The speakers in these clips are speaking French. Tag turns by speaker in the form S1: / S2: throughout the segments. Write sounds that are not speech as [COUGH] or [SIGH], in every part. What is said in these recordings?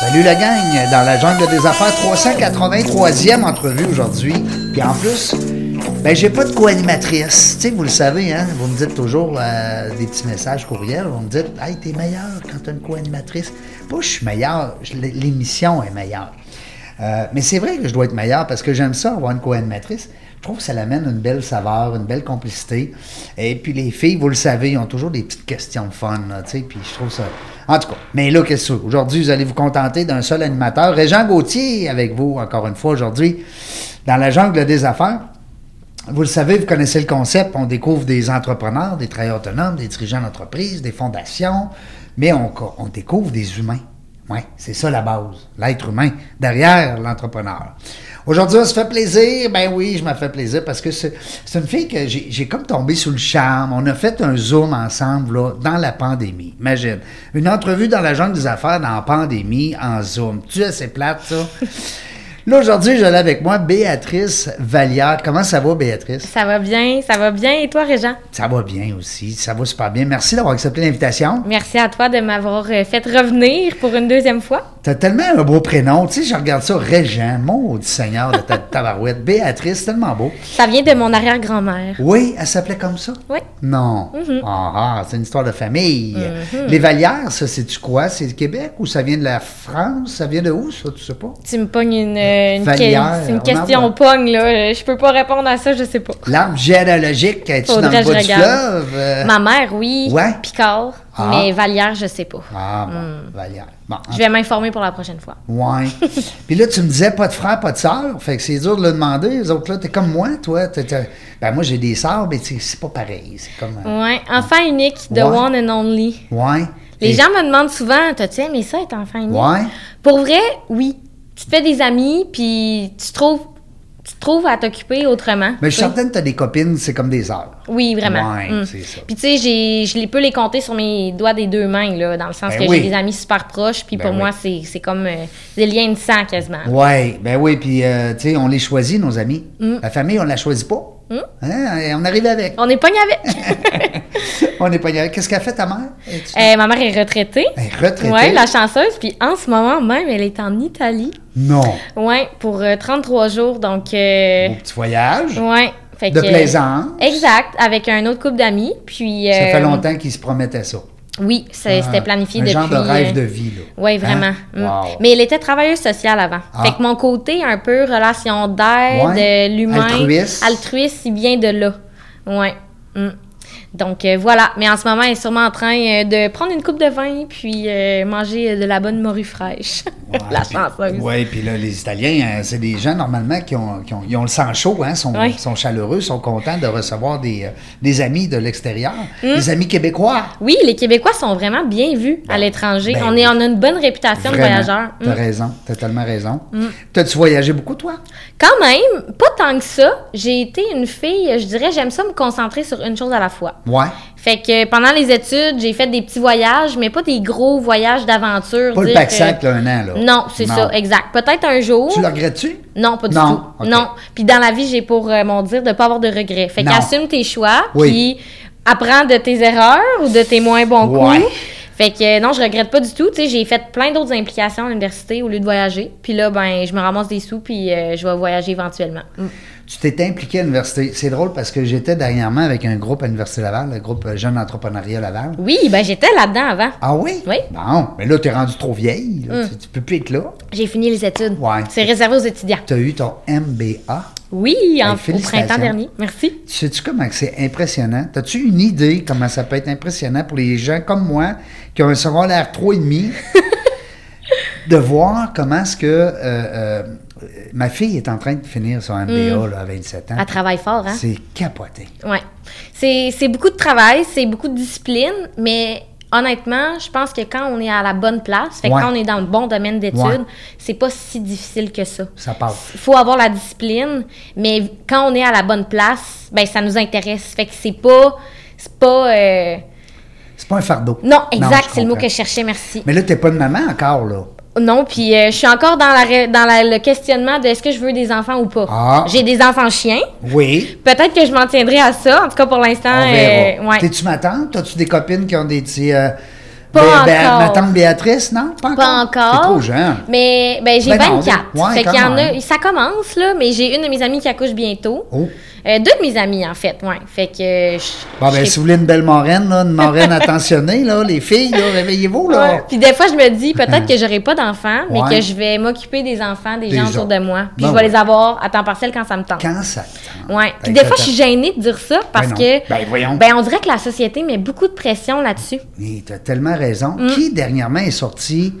S1: Salut la gang, dans la jungle des affaires, 383e entrevue aujourd'hui. Puis en plus, ben j'ai pas de co-animatrice. Tu sais, vous le savez, hein, vous me dites toujours euh, des petits messages courriels, vous me dites « Hey, t'es meilleur quand t'as une co-animatrice. » Pas je suis meilleur, je- l'émission est meilleure. Euh, mais c'est vrai que je dois être meilleur parce que j'aime ça avoir une co-animatrice. Je trouve que ça l'amène une belle saveur, une belle complicité. Et puis les filles, vous le savez, ont toujours des petites questions de fun, là, tu sais, puis je trouve ça... En tout cas, mais là, qu'est-ce que c'est? Aujourd'hui, vous allez vous contenter d'un seul animateur. Régent Gauthier avec vous, encore une fois, aujourd'hui, dans la jungle des affaires. Vous le savez, vous connaissez le concept, on découvre des entrepreneurs, des travailleurs autonomes, des dirigeants d'entreprise, des fondations, mais on, co- on découvre des humains. Oui, c'est ça la base, l'être humain derrière l'entrepreneur. Aujourd'hui, on se fait plaisir. Ben oui, je me fais plaisir parce que c'est c'est une fille que j'ai j'ai comme tombé sous le charme. On a fait un zoom ensemble là, dans la pandémie. Imagine. Une entrevue dans la jungle des affaires dans la pandémie en zoom. Tu as c'est plate, ça? Là, aujourd'hui, je l'ai avec moi, Béatrice Vallière. Comment ça va, Béatrice?
S2: Ça va bien, ça va bien. Et toi, Régent?
S1: Ça va bien aussi. Ça va super bien. Merci d'avoir accepté l'invitation.
S2: Merci à toi de m'avoir euh, fait revenir pour une deuxième fois.
S1: T'as tellement un beau prénom. Tu sais, je regarde ça, Régent, mon Seigneur de ta [LAUGHS] tabarouette. Béatrice, tellement beau.
S2: Ça vient de mon arrière-grand-mère.
S1: Oui, elle s'appelait comme ça?
S2: Oui.
S1: Non.
S2: Mm-hmm.
S1: Ah, ah, c'est une histoire de famille. Les Vallières, ça, c'est-tu quoi? C'est du Québec ou ça vient de la France? Ça vient de où, ça? Tu sais pas?
S2: Tu me pognes une, euh, une,
S1: Vallière,
S2: que- une
S1: on en
S2: question
S1: voit.
S2: pogne, là. Euh, Je peux pas répondre à ça, je sais pas.
S1: L'arbre généalogique, est tu dans
S2: Faudrait
S1: le
S2: que
S1: bas
S2: je
S1: du
S2: regarde.
S1: fleuve? Euh,
S2: Ma mère, oui.
S1: Ouais.
S2: Picard.
S1: Ah.
S2: Mais Vallière, je sais pas.
S1: Ah, bon, Vallière. Bon, en
S2: Mm. Je vais m'informer pour la prochaine fois. [LAUGHS]
S1: Ouais. Puis là, tu me disais pas de frère, pas de sœur. Fait que c'est dur de le demander. Les autres, là, t'es comme moi, toi. T'es- t'es- Ben, moi, j'ai des sœurs, mais c'est c'est pas pareil. C'est comme. euh,
S2: Ouais. Enfant unique, the
S1: Ouais.
S2: one and only.
S1: Ouais.
S2: Les
S1: Et-
S2: gens me demandent souvent, t'as-tu aimé ça être enfant unique?
S1: Ouais. Ben,
S2: Pour vrai, oui. Tu te fais des amis, puis tu trouves, tu trouves à t'occuper autrement.
S1: Mais je suis
S2: Oui.
S1: certaine que t'as des copines, c'est comme des sœurs.
S2: Oui, vraiment.
S1: Ouais,
S2: Mm.
S1: c'est ça.
S2: Puis tu sais, j'ai- je les peux les compter sur mes doigts des deux mains, là, dans le sens
S1: Ben
S2: que
S1: oui.
S2: j'ai des amis super proches, puis
S1: Ben
S2: pour
S1: oui.
S2: moi, c'est c'est comme euh, des liens de sang quasiment.
S1: Ouais. Ben oui, puis, euh, tu sais, on les choisit, nos amis.
S2: Mm.
S1: La famille, on la choisit pas. Hein? Et On arrive avec.
S2: On est pogné avec.
S1: [LAUGHS] on est pas avec. Qu'est-ce qu'a fait ta mère? Es-tu-
S2: Euh, ma mère est retraitée.
S1: Elle est retraitée?
S2: Ouais, la chanceuse. Puis en ce moment même, elle est en Italie.
S1: Non.
S2: Ouais, pour euh, 33 jours, donc. euh,
S1: Beau petit voyage.
S2: ouais. Fait
S1: De
S2: que-
S1: plaisance.
S2: Exact, avec un autre couple d'amis. Puis.
S1: Ça fait
S2: euh,
S1: longtemps qu'ils se promettaient ça.
S2: Oui, c'est- c'était planifié
S1: Un
S2: depuis.
S1: genre de rêve de
S2: euh,
S1: vie, là.
S2: Oui, vraiment.
S1: Hein?
S2: Mm.
S1: Wow.
S2: Mais elle était travailleuse sociale avant.
S1: Ah.
S2: Fait que mon côté un peu relation d'aide,
S1: Ouais.
S2: euh, l'humain,
S1: Altruiste.
S2: altruiste, il vient de là. Ouais. Mm. Donc euh, voilà, mais en ce moment, elle est sûrement en train euh, de prendre une coupe de vin puis euh, manger euh, de la bonne morue fraîche. [LAUGHS] la chanceuse.
S1: Oui, puis là, les Italiens, euh, c'est des gens normalement qui ont, qui ont, ils ont le sang chaud, hein, sont,
S2: Ouais.
S1: sont chaleureux, sont contents de recevoir des, euh, des amis de l'extérieur,
S2: Mm.
S1: des amis québécois.
S2: Oui, les Québécois sont vraiment bien vus à l'étranger.
S1: ben
S2: on,
S1: oui.
S2: est, on a une bonne réputation de
S1: Vraiment.
S2: voyageurs. Mm.
S1: T'as raison, t'as tellement raison. T'as-tu voyagé beaucoup, toi?
S2: Quand même, pas tant que ça. J'ai été une fille, je dirais, j'aime ça me concentrer sur une chose à la fois.
S1: Ouais.
S2: Fait que pendant les études, j'ai fait des petits voyages, mais pas des gros voyages d'aventure.
S1: Pas le
S2: dire
S1: pack
S2: que-
S1: sac, là, un an, là.
S2: Non, c'est ça, exact. Peut-être un jour.
S1: Tu le regrettes-tu?
S2: Non, pas du
S1: Non,
S2: tout.
S1: ok.
S2: Non. Puis dans la vie, j'ai pour euh, mon dire de pas avoir de regrets. Fait
S1: Non.
S2: qu'assume tes choix,
S1: Oui.
S2: puis apprends de tes erreurs ou de tes moins bons
S1: Ouais.
S2: coups. Fait que euh, non, je regrette pas du tout. Tu sais, j'ai fait plein d'autres implications à l'université au lieu de voyager. Puis là, ben, je me ramasse des sous, puis euh, je vais voyager éventuellement. Mm.
S1: Tu t'es impliqué à l'université. C'est drôle parce que j'étais dernièrement avec un groupe à l'Université Laval, le groupe euh, Jeune Entrepreneuriat Laval.
S2: Oui, ben j'étais là-dedans avant.
S1: Ah oui?
S2: Oui. Mm.
S1: Bon, mais là, t'es rendu trop vieille. là. Tu, tu peux plus être là.
S2: J'ai fini les études.
S1: Ouais.
S2: C'est réservé aux étudiants.
S1: T'as eu ton MBA.
S2: Oui, en, au
S1: félicitations.
S2: printemps dernier. Merci.
S1: Sais-tu comment que c'est impressionnant? T'as-tu une idée comment ça peut être impressionnant pour les gens comme moi qui ont un secondaire
S2: [LAUGHS]
S1: 3,5 de voir comment est-ce que euh, euh, ma fille est en train de finir son MBA là, à 27 ans?
S2: Elle travaille fort, Mm. hein?
S1: C'est capoté.
S2: Ouais. C'est c'est beaucoup de travail, c'est beaucoup de discipline, mais honnêtement, je pense que quand on est à la bonne place, fait que
S1: Ouais.
S2: quand on est dans le bon domaine d'études,
S1: Ouais.
S2: c'est pas si difficile que ça.
S1: Ça parle.
S2: Il faut avoir la discipline, mais quand on est à la bonne place, ben ça nous intéresse. Fait que c'est pas. C'est pas. euh,
S1: C'est pas un fardeau.
S2: Non,
S1: je
S2: exact, c'est le mot
S1: comprends.
S2: que je cherchais, merci.
S1: Mais là, t'es pas de maman encore, là.
S2: Non, puis euh, je suis encore dans, la, ré- dans la- le questionnement de est-ce que je veux des enfants ou pas.
S1: Ah.
S2: J'ai des enfants chiens.
S1: Oui.
S2: Peut-être que je m'en tiendrai à ça. En tout cas, pour l'instant,
S1: On verra.
S2: euh, ouais.
S1: T'es-tu ma tante? T'as-tu des copines qui ont des petits. euh,
S2: Pas
S1: bé- bé-
S2: encore.
S1: ma tante Béatrice, non? Pas encore.
S2: Pas encore.
S1: T'es trop jeune.
S2: Mais ben, j'ai
S1: Ben non,
S2: 24.
S1: ouais,
S2: fait
S1: quand
S2: qu'il y en
S1: même.
S2: a, ça commence, là, mais j'ai une de mes amies qui accouche bientôt.
S1: Oh.
S2: Euh, deux de mes amies, en fait, ouais. Fait que euh, je.
S1: Bon,
S2: je
S1: ben,
S2: sais
S1: si vous voulez une belle moraine, là, une
S2: [LAUGHS]
S1: moraine attentionnée, là, les filles, là, réveillez-vous,
S2: pas.
S1: là.
S2: Ouais. Puis des fois, je me dis
S1: [LAUGHS]
S2: peut-être que j'aurai pas d'enfants, mais
S1: Ouais.
S2: que je vais m'occuper des enfants des,
S1: Des
S2: gens autour
S1: autres.
S2: de moi. Puis
S1: Ben
S2: je vais
S1: ouais.
S2: les avoir à temps partiel quand ça me tente.
S1: Quand ça te tente.
S2: Ouais. Puis
S1: Ben,
S2: des fois,
S1: ça
S2: je
S1: te-
S2: suis gênée de dire ça parce
S1: non.
S2: que.
S1: Ben, voyons.
S2: Ben, on dirait que la société met beaucoup de pression là-dessus.
S1: Mais t'as tellement raison.
S2: Mm.
S1: Qui, dernièrement, est sorti?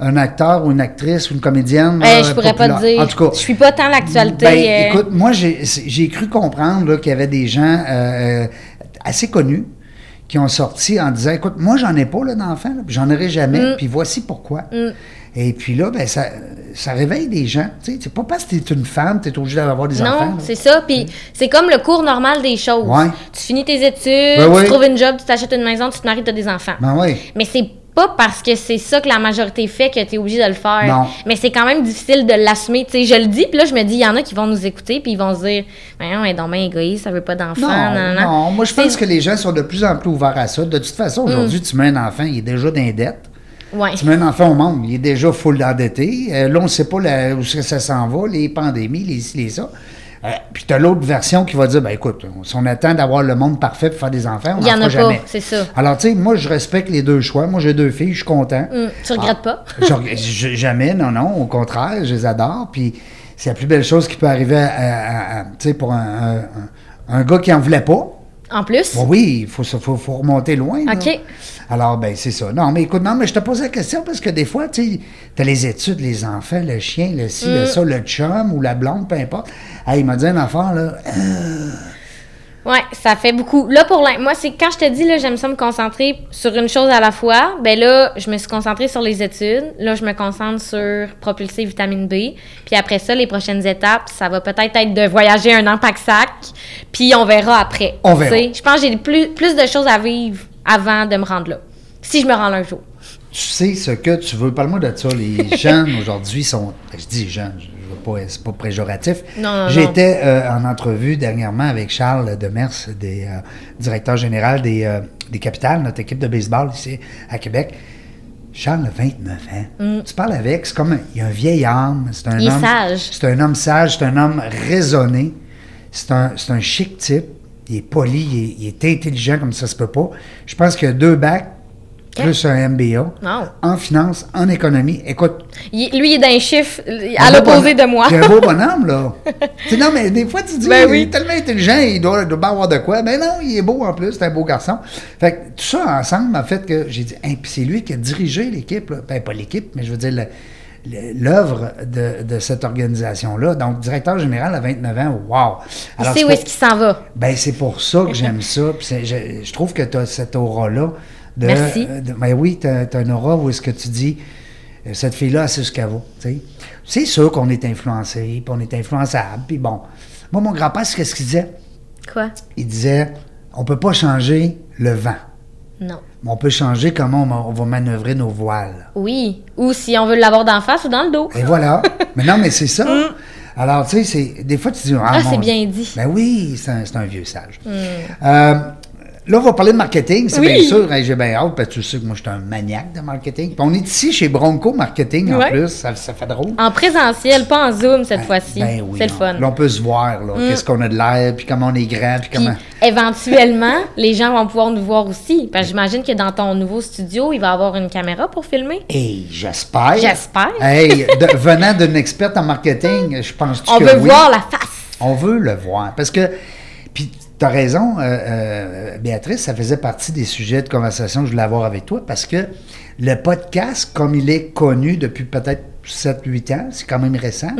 S1: Un acteur ou une actrice ou une comédienne?
S2: Euh,
S1: là,
S2: je pourrais pas te
S1: populaire?
S2: dire.
S1: En tout cas,
S2: je suis pas tant l'actualité.
S1: Ben,
S2: euh,
S1: écoute, moi, j'ai j'ai cru comprendre là, qu'il y avait des gens euh, assez connus qui ont sorti en disant, écoute, moi, j'en ai pas là, d'enfants, là, puis j'en aurai jamais,
S2: Mm.
S1: puis voici pourquoi. Et puis là, ben, ça, ça réveille des gens. Tu sais, c'est pas parce que t'es une femme, t'es obligé d'avoir des enfants.
S2: Non,
S1: là.
S2: c'est ça. Puis c'est comme le cours normal des choses.
S1: Ouais.
S2: Tu finis tes études,
S1: Ben
S2: tu
S1: oui.
S2: trouves une job, tu t'achètes une maison, tu te maries, tu as des enfants.
S1: Ben oui.
S2: Mais c'est pas parce que c'est ça que la majorité fait que tu es obligé de le faire.
S1: Non.
S2: Mais c'est quand même difficile de l'assumer. Tu sais, je le dis, puis là, je me dis, il y en a qui vont nous écouter, puis ils vont se dire, mais on est donc bien égoïste, ça veut pas d'enfants.
S1: Non,
S2: nan, nan.
S1: non, moi je
S2: C'est- Mm.
S1: pense que les gens sont de plus en plus ouverts à ça. De toute façon, aujourd'hui, tu mets un enfant, il est déjà dans les dettes.
S2: Ouais.
S1: Tu mets un enfant au monde, il est déjà full endetté. Euh, là, on ne sait pas la- où est-ce que ça s'en va, les pandémies, les ci, les ça. Euh, puis tu as l'autre version qui va dire, ben écoute, on- si on attend d'avoir le monde parfait pour faire des enfants, on
S2: Il y
S1: n'en
S2: en
S1: fera
S2: a pas,
S1: jamais.
S2: c'est ça.
S1: Alors, tu sais, moi, je respecte les deux choix. Moi, j'ai deux filles, je suis content.
S2: Hum, tu regrettes pas?
S1: Je- je- jamais, non, non. Au contraire, je les adore. Puis c'est la plus belle chose qui peut arriver à- à- à- tu sais, pour un, un- un- un gars qui en voulait pas.
S2: En plus?
S1: Bon, oui, il faut, se- faut, faut remonter loin. là.
S2: OK.
S1: Alors, ben c'est ça. Non, mais écoute, non, mais je te posais la question parce que des fois, tu sais, t'as les études, les enfants, le chien, le ci, le ça, le chum ou la blonde, peu importe. Ah, il m'a dit un enfant, là,
S2: Ouais, ça fait beaucoup. Là, pour l'in- moi, c'est quand je te dis, là, j'aime ça me concentrer sur une chose à la fois. Ben là, je me suis concentrée sur les études. Là, je me concentre sur propulser vitamine B. Puis après ça, les prochaines étapes, ça va peut-être être de voyager un an pack-sac. Puis on verra après.
S1: On verra.
S2: Tu sais, Je pense que j'ai plus, plus de choses à vivre avant de me rendre là. Si je me rends là un jour.
S1: tu sais ce que tu veux. Parle-moi de ça.
S2: [LAUGHS]
S1: Les jeunes aujourd'hui sont. ben, Je dis jeunes, je je veux pas, c'est pas péjoratif.
S2: Non, non, non.
S1: J'étais euh, en entrevue dernièrement avec Charles Demers, des, euh, directeur général des, euh, des Capitales, notre équipe de baseball ici à Québec. Charles a 29 ans. Tu parles avec, c'est comme un- il a un vieil homme, c'est un
S2: Mm. Il est
S1: homme
S2: sage.
S1: C'est un homme sage, c'est un homme raisonné, c'est un, c'est un chic type. Il est poli, il est, il est intelligent comme ça se peut pas. Je pense qu'il a deux bacs plus un MBA
S2: Wow.
S1: en finance, en économie. Écoute,
S2: Il- lui, il est dans les chiffres à
S1: un beau
S2: l'opposé de
S1: bonhomme-
S2: moi. [LAUGHS]
S1: J'ai un beau bonhomme, là. Tu sais, non, mais des fois, tu dis,
S2: Ben
S1: il
S2: oui.
S1: est tellement intelligent, il doit, il doit pas avoir de quoi. Mais non, il est beau en plus, c'est un beau garçon. Fait que tout ça ensemble m'a fait que j'ai dit, Hey, puis c'est lui qui a dirigé l'équipe, là. Ben, pas l'équipe, mais je veux dire le- le- l'œuvre de, de cette organisation-là. Donc, directeur général à 29 ans, wow!
S2: Il
S1: Alors,
S2: sait
S1: c'est
S2: où
S1: pas-
S2: est-ce qu'il s'en va.
S1: ben, c'est pour ça que j'aime ça. puis c'est- je, je trouve que tu as cette aura-là. De,
S2: Merci.
S1: euh, de- ben oui, tu as, une aura où est-ce que tu dis, euh, cette fille-là, c'est ce qu'elle vaut. tu sais. C'est sûr qu'on est influencé, puis on est influençable. Puis bon, moi, mon grand-père, c'est qu'est-ce qu'il disait?
S2: Quoi?
S1: Il disait, on peut pas changer le vent,
S2: Non.
S1: mais on peut changer comment on ma- on va manœuvrer nos voiles.
S2: Oui. Ou si on veut l'avoir d'en face ou dans le dos.
S1: Et
S2: [LAUGHS]
S1: voilà. mais non, mais c'est ça. Alors, tu sais, c'est- des fois, tu dis...
S2: Hum. Ah, c'est
S1: mon-
S2: bien dit. Hum.
S1: Ben oui, c'est un, c'est un vieux sage. Euh, là, on va parler de marketing, c'est
S2: Oui.
S1: bien sûr. hein, J'ai bien hâte, parce que tu sais que moi, je suis un maniaque de marketing. Puis on est ici chez Bronco Marketing, en
S2: Ouais.
S1: plus. Ça, ça fait drôle.
S2: En présentiel, pas en Zoom cette fois-ci.
S1: Ben oui,
S2: c'est le
S1: on-
S2: fun. Hum.
S1: Là, on peut se voir, là. Qu'est-ce qu'on a de l'air, puis comment on est grand, puis
S2: Puis,
S1: comment...
S2: éventuellement, les gens vont pouvoir nous voir aussi. Parce que j'imagine que dans ton nouveau studio, il va y avoir une caméra pour filmer.
S1: Hey, j'espère.
S2: J'espère.
S1: Hey, de- venant d'une experte en marketing, je pense que
S2: On veut
S1: oui.
S2: voir la face.
S1: On veut le voir. Parce que, puis tu as raison, euh, euh, Béatrice, ça faisait partie des sujets de conversation que je voulais avoir avec toi parce que le podcast, comme il est connu depuis peut-être 7-8 ans, c'est quand même récent,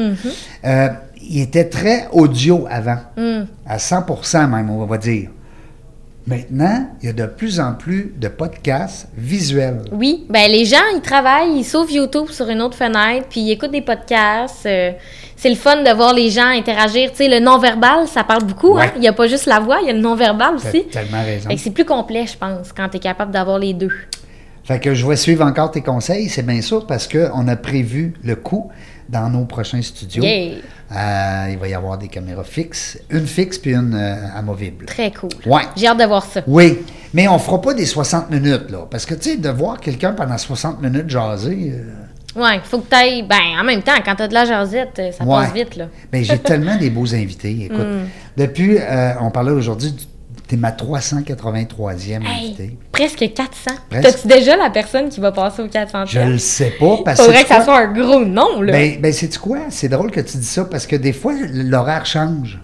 S1: euh, il était très audio avant, à 100 même, on va dire. Maintenant, il y a de plus en plus de podcasts visuels.
S2: Oui, ben les gens, ils travaillent, ils sauvent YouTube sur une autre fenêtre, puis ils écoutent des podcasts. euh, c'est le fun de voir les gens interagir. Tu sais, le non-verbal, ça parle beaucoup.
S1: Ouais.
S2: hein. Il n'y a pas juste la voix, il y a le non-verbal
S1: T'as
S2: aussi.
S1: tellement raison.
S2: Fait que c'est plus complet, je pense, quand tu es capable d'avoir les deux.
S1: Fait que je vais suivre encore tes conseils, c'est bien sûr, parce qu'on a prévu le coup dans nos prochains studios.
S2: Yay!
S1: Euh, il va y avoir des caméras fixes, une fixe puis une euh, amovible.
S2: Très cool.
S1: Ouais.
S2: J'ai hâte de voir ça.
S1: Oui, mais on fera pas des 60 minutes, là. Parce que, tu sais, de voir quelqu'un pendant 60 minutes jaser. euh,
S2: Ouais, faut que tu ailles. Ben, en même temps, quand tu as de la jasette, euh, ça
S1: ouais.
S2: passe vite, là. Mm.
S1: Mais
S2: [LAUGHS]
S1: j'ai tellement des beaux invités. Écoute, depuis, euh, on parlait aujourd'hui, du- t'es ma 383e
S2: Hey,
S1: invitée.
S2: presque 400.
S1: Presque.
S2: T'as-tu déjà la personne qui va passer au 400
S1: Je le sais pas parce
S2: Faudrait que
S1: sais-tu quoi?
S2: ça soit un gros nom, là.
S1: Ben, ben c'est quoi? C'est drôle que tu dis ça parce que des fois, l'horaire change.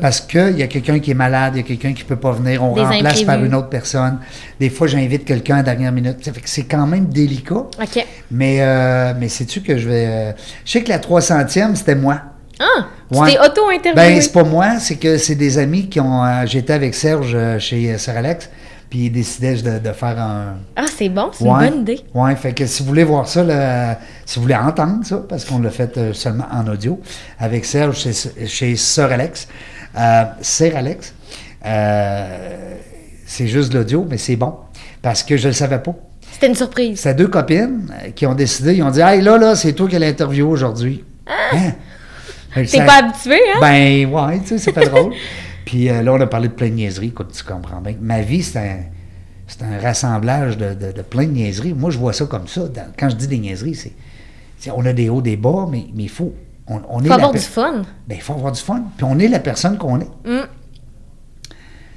S1: Parce qu'il y a quelqu'un qui est malade, il y a quelqu'un qui peut pas venir, on
S2: Hmm. Des
S1: remplace par
S2: imprévus.
S1: une autre personne. Des fois, j'invite quelqu'un à la dernière minute. Ça fait que c'est quand même délicat.
S2: OK.
S1: Mais, euh, mais sais-tu que je vais. euh, je sais que la 300e, c'était moi.
S2: Ah!
S1: Ouais.
S2: Tu t'es auto-interviewé.
S1: Ben, c'est pas moi, c'est que c'est des amis qui ont. euh, J'étais avec Serge euh, chez euh, Sir Alex, puis ils décidaient de, de faire un.
S2: ah, c'est bon, c'est
S1: Ouais.
S2: une bonne idée.
S1: Ouais, fait que si vous voulez voir ça, là, si vous voulez entendre ça, parce qu'on l'a fait euh, seulement en audio, avec Serge chez, chez Sir Alex. Euh, Sir Alex, euh, c'est juste de l'audio, mais c'est bon, parce que je le savais pas.
S2: C'était une surprise.
S1: Ces deux copines euh, qui ont décidé, ils ont dit Hey, là, là, c'est toi qui as l'interview aujourd'hui. Hein? Fait que
S2: Ah! T'es
S1: ça-
S2: pas habitué, hein?
S1: Ben, ouais, tu sais, c'est pas drôle. [LAUGHS] Puis euh, là, on a parlé de plein de niaiseries. Écoute, tu comprends bien. Ma vie, c'est un, c'est un rassemblage de, de- de plein de niaiseries. Moi, je vois ça comme ça. Dans- quand je dis des niaiseries, c'est. c'est- On a des hauts, des bas, mais mais il faut. On, on est
S2: faut
S1: la
S2: avoir
S1: per-
S2: du fun.
S1: Ben, il faut avoir du fun. Puis on est la personne qu'on est.
S2: Mm.